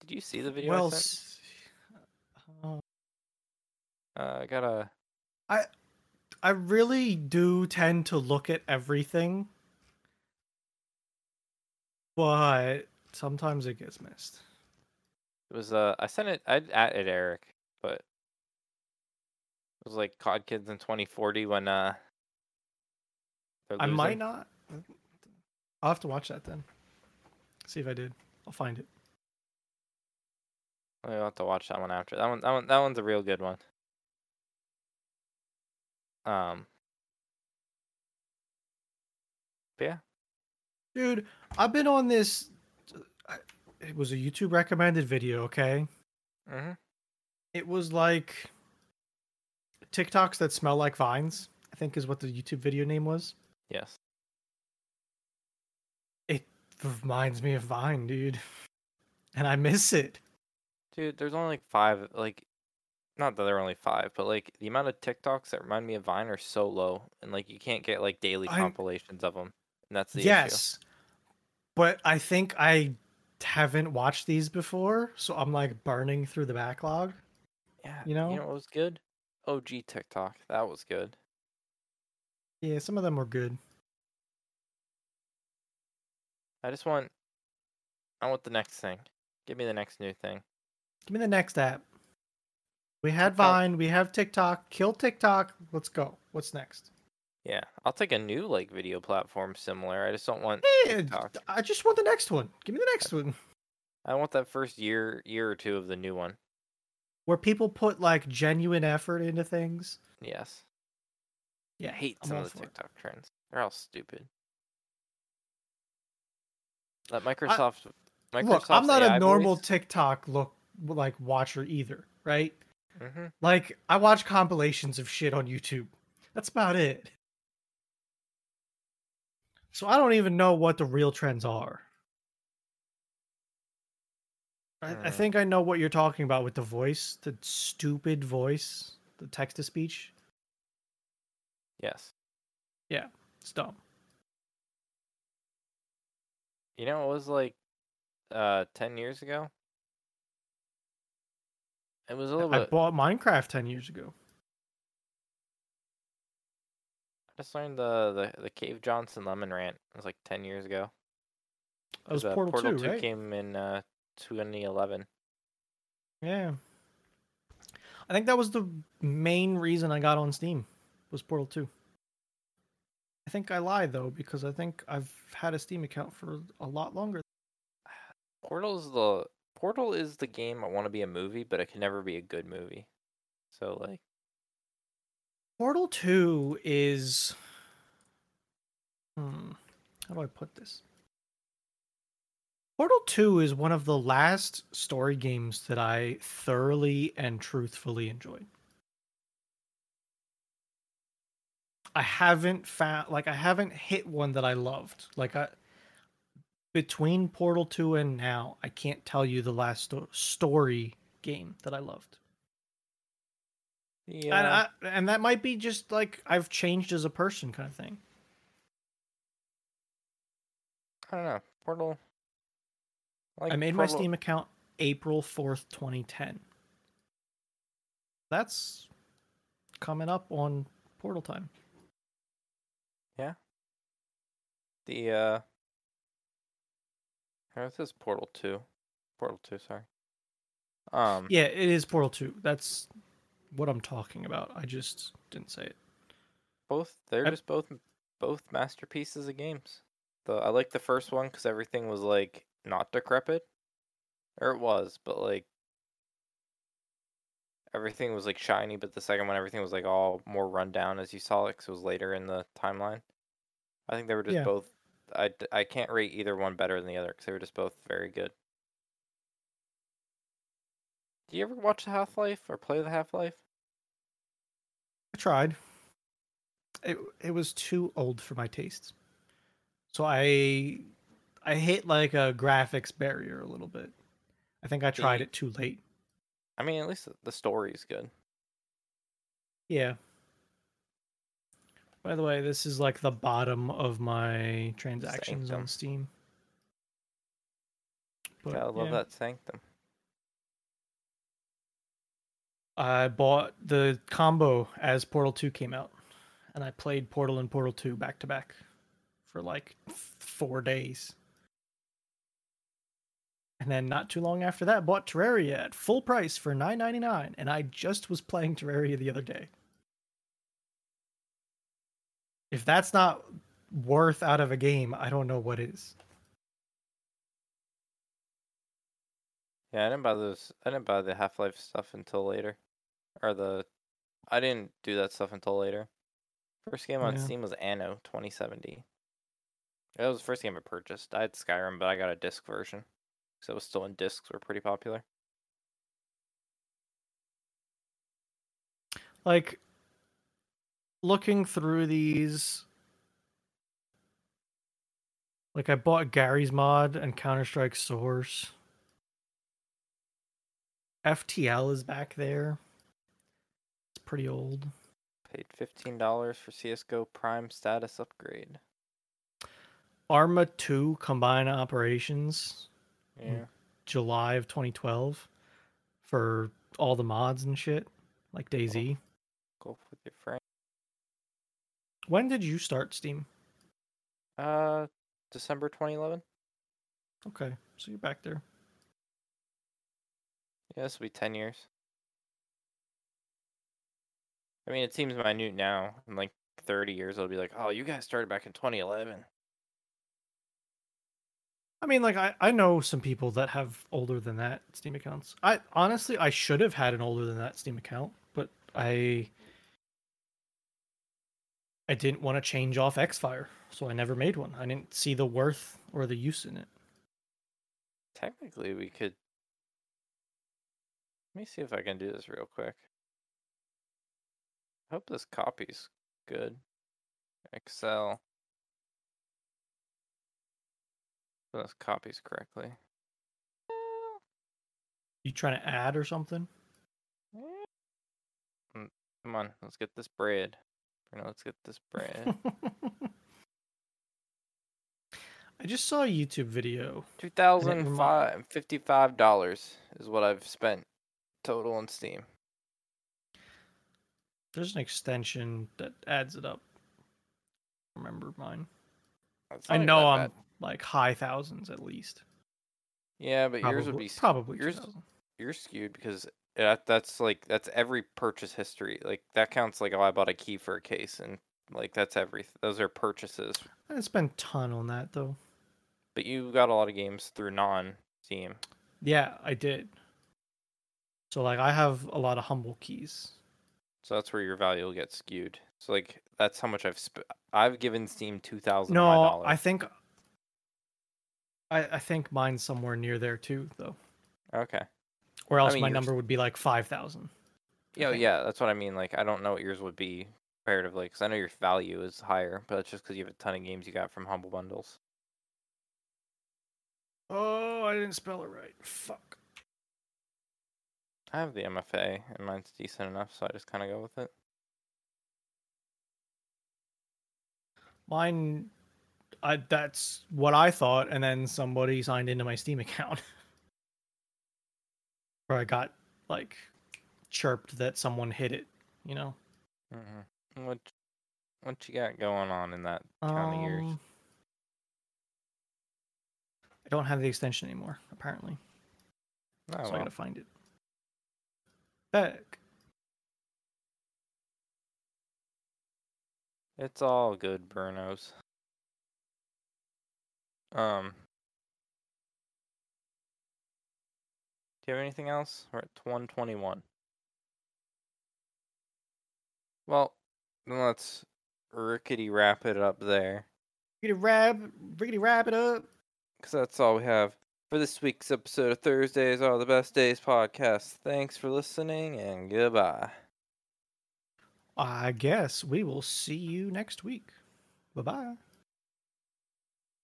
A: did you see the video?
B: well,
A: I, sent?
B: s- uh,
A: Uh, I got a.
B: I really do tend to look at everything, but sometimes it gets missed.
A: It was uh. I sent it. I at it Eric, but it was like COD Kids in 2040 when uh. they're
B: I might
A: losing.
B: not. I'll have to watch that then. See if I did. I'll find it.
A: I'll have to watch that one after. That one. That one. That one's a real good one. Um. But yeah.
B: Dude, I've been on this. I- It was a YouTube recommended video, okay?
A: Mm-hmm.
B: It was like TikToks that smell like vines, I think is what the YouTube video name was.
A: Yes.
B: Reminds me of Vine, dude. And I miss it.
A: Dude, there's only like five, like, not that there are only five, but like the amount of TikToks that remind me of Vine are so low, and like you can't get like daily
B: I-
A: compilations of them, and that's the issue.
B: yes. But I think I haven't watched these before, so I'm like burning through the backlog.
A: Yeah,
B: you know?
A: you know what was good? OG TikTok, that was good.
B: Yeah, some of them were good.
A: I just want, I want the next thing. Give me the next new thing.
B: Give me the next app. We had
A: TikTok.
B: Vine, we have TikTok. Kill TikTok. Let's go. What's next?
A: Yeah, I'll take a new like video platform similar. I just don't want
B: Yeah,
A: TikTok.
B: I just want the next one. Give me the next one.
A: I want that first year, year or two of the new one.
B: where people put like genuine effort into things.
A: Yes.
B: Yeah,
A: I hate
B: I'm
A: some
B: all
A: of the
B: for it.
A: TikTok trends. They're all stupid. Let Microsoft. Microsoft.
B: Look, I'm not a normal TikTok look like watcher either, right?
A: mm-hmm.
B: Like I watch compilations of shit on YouTube. That's about it. So I don't even know what the real trends are. I, I
A: Mm.
B: think I know what you're talking about with the voice, the stupid voice, the text to speech.
A: Yes.
B: It's dumb.
A: You know, it was like uh, ten years ago. It was a little
B: I
A: bit.
B: bought Minecraft ten years ago.
A: I just learned the, the the Cave Johnson lemon rant. It was like ten years ago.
B: That was
A: 'cause, uh,
B: Portal,
A: Portal
B: 2, right?
A: came in uh, 2011.
B: Yeah. I think that was the main reason I got on Steam was Portal 2. I think I lie though because I think I've had a Steam account for a lot longer.
A: Portal is the Portal is the game I want to be a movie, but it can never be a good movie. So like,
B: Portal 2 is hmm how do I put this? Portal 2 is one of the last story games that I thoroughly and truthfully enjoyed. I haven't found like I haven't hit one that I loved. Like I between Portal 2 and now, I can't tell you the last sto- story game that I loved.
A: yeah,
B: And, I, and that might be just like I've changed as a person kind of thing.
A: I don't know. Portal. like
B: I made my
A: Portal-
B: Steam account April 4th, 2010. That's coming up on Portal Time.
A: The uh, how is this Portal Two? Portal Two, sorry. Um,
B: Yeah, it is Portal 2. That's what I'm talking about. I just didn't say it.
A: both they're
B: I-
A: just both both masterpieces of games. The I like the first one because everything was like not decrepit, or it was, but like everything was like shiny. But the second one, everything was like all more run down as you saw it 'cause it was later in the timeline. I think they were just
B: Yeah.
A: both. I, d- I can't rate either one better than the other because they were just both very good. Do you ever watch the Half Life or play the Half Life?
B: I tried. It it was too old for my tastes. So I I hit like a graphics barrier a little bit. I think I tried
A: The-
B: it too late.
A: I mean, at least the- the story's good.
B: Yeah. By the way, this is like the bottom of my transactions
A: Sanctum.
B: on Steam. But,
A: Gotta love
B: yeah.
A: that Sanctum.
B: I bought the combo as Portal 2 came out, and I played Portal and Portal 2 back to back for like f- four days. And then not too long after that, bought Terraria at full price for nine ninety nine, and I just was playing Terraria the other day. If that's not worth out of a game, I don't know what is.
A: Yeah, I didn't buy those. I didn't buy the Half Life stuff until later, or the. I didn't do that stuff until later. First game on
B: Yeah.
A: Steam was Anno 2070. That was the first game I purchased. I had Skyrim, but I got a disc version, so it was still in discs. Were pretty popular.
B: like looking through these like i bought gary's mod and counter-strike source ftl is back there it's pretty old
A: Paid fifteen dollars for CS:GO Prime status upgrade.
B: arma 2 combined operations
A: Yeah,
B: july of 2012 for all the mods and shit like daisy
A: go with your friend.
B: when did you start steam
A: Uh, December 2011.
B: okay so you're back there
A: Yeah, this will be 10 years. I mean, it seems minute now. In like 30 years, it'll be like, oh, you guys started back in 2011.
B: I mean, like I, I know some people that have older than that Steam accounts. I honestly I should have had an older than that Steam account, but I I didn't want to change off Xfire, so I never made one. I didn't see the worth or the use in it.
A: Technically, we could. Let me see if I can do this real quick. I hope this copy's good. Excel. So This copies correctly.
B: You trying to add or something?
A: Mm, Come on, let's get this bread. Bruno, let's get this bread.
B: I just saw a YouTube video.
A: Two thousand five fifty-five dollars is what I've spent total on Steam.
B: There's an extension that adds it up. Remember mine.
A: That's
B: I
A: not even
B: know
A: Oh, that
B: I'm
A: bad.
B: like high thousands at least.
A: Yeah, but yours would
B: Probably-
A: be s-
B: probably
A: yours-
B: 2,000.
A: you're skewed because that that's like that's every purchase history. Like that counts like oh I bought a key for a case and like that's every those are purchases.
B: I didn't spend ton on that though.
A: But you got a lot of games through non Steam.
B: Yeah, I did. So like I have a lot of humble keys.
A: So that's where your value will get skewed. So like that's how much I've sp- I've given Steam two thousand.
B: No, I think I, I think mine's somewhere near there too though.
A: okay.
B: Or
A: I
B: else
A: mean,
B: my
A: yours-
B: number would be like five thousand.
A: Yeah,
B: think.
A: yeah, that's what I mean. Like I don't know what yours would be comparatively because I know your value is higher, but that's just because you have a ton of games you got from humble bundles.
B: Oh, I didn't spell it right. Fuck.
A: I have the MFA and mine's decent enough, so I just kind of go with it.
B: Mine I that's what I thought, and then somebody signed into my Steam account. Where I got like chirped that someone hit it, you know.
A: Mm-hmm. What what you got going on in that town of yours?
B: Um, I don't have the extension anymore, apparently.
A: Oh,
B: so I
A: well.
B: gotta find it. Back.
A: It's all good, Brunos. Um, do you have anything else? We're at one twenty-one. Well, then let's rickety wrap it up there,
B: Riggedy rab riggedy wrap it up.
A: because that's all we have for this week's episode of Thursdays Are the Best Days podcast. Thanks for listening, and goodbye.
B: I guess we will see you next week. Bye bye.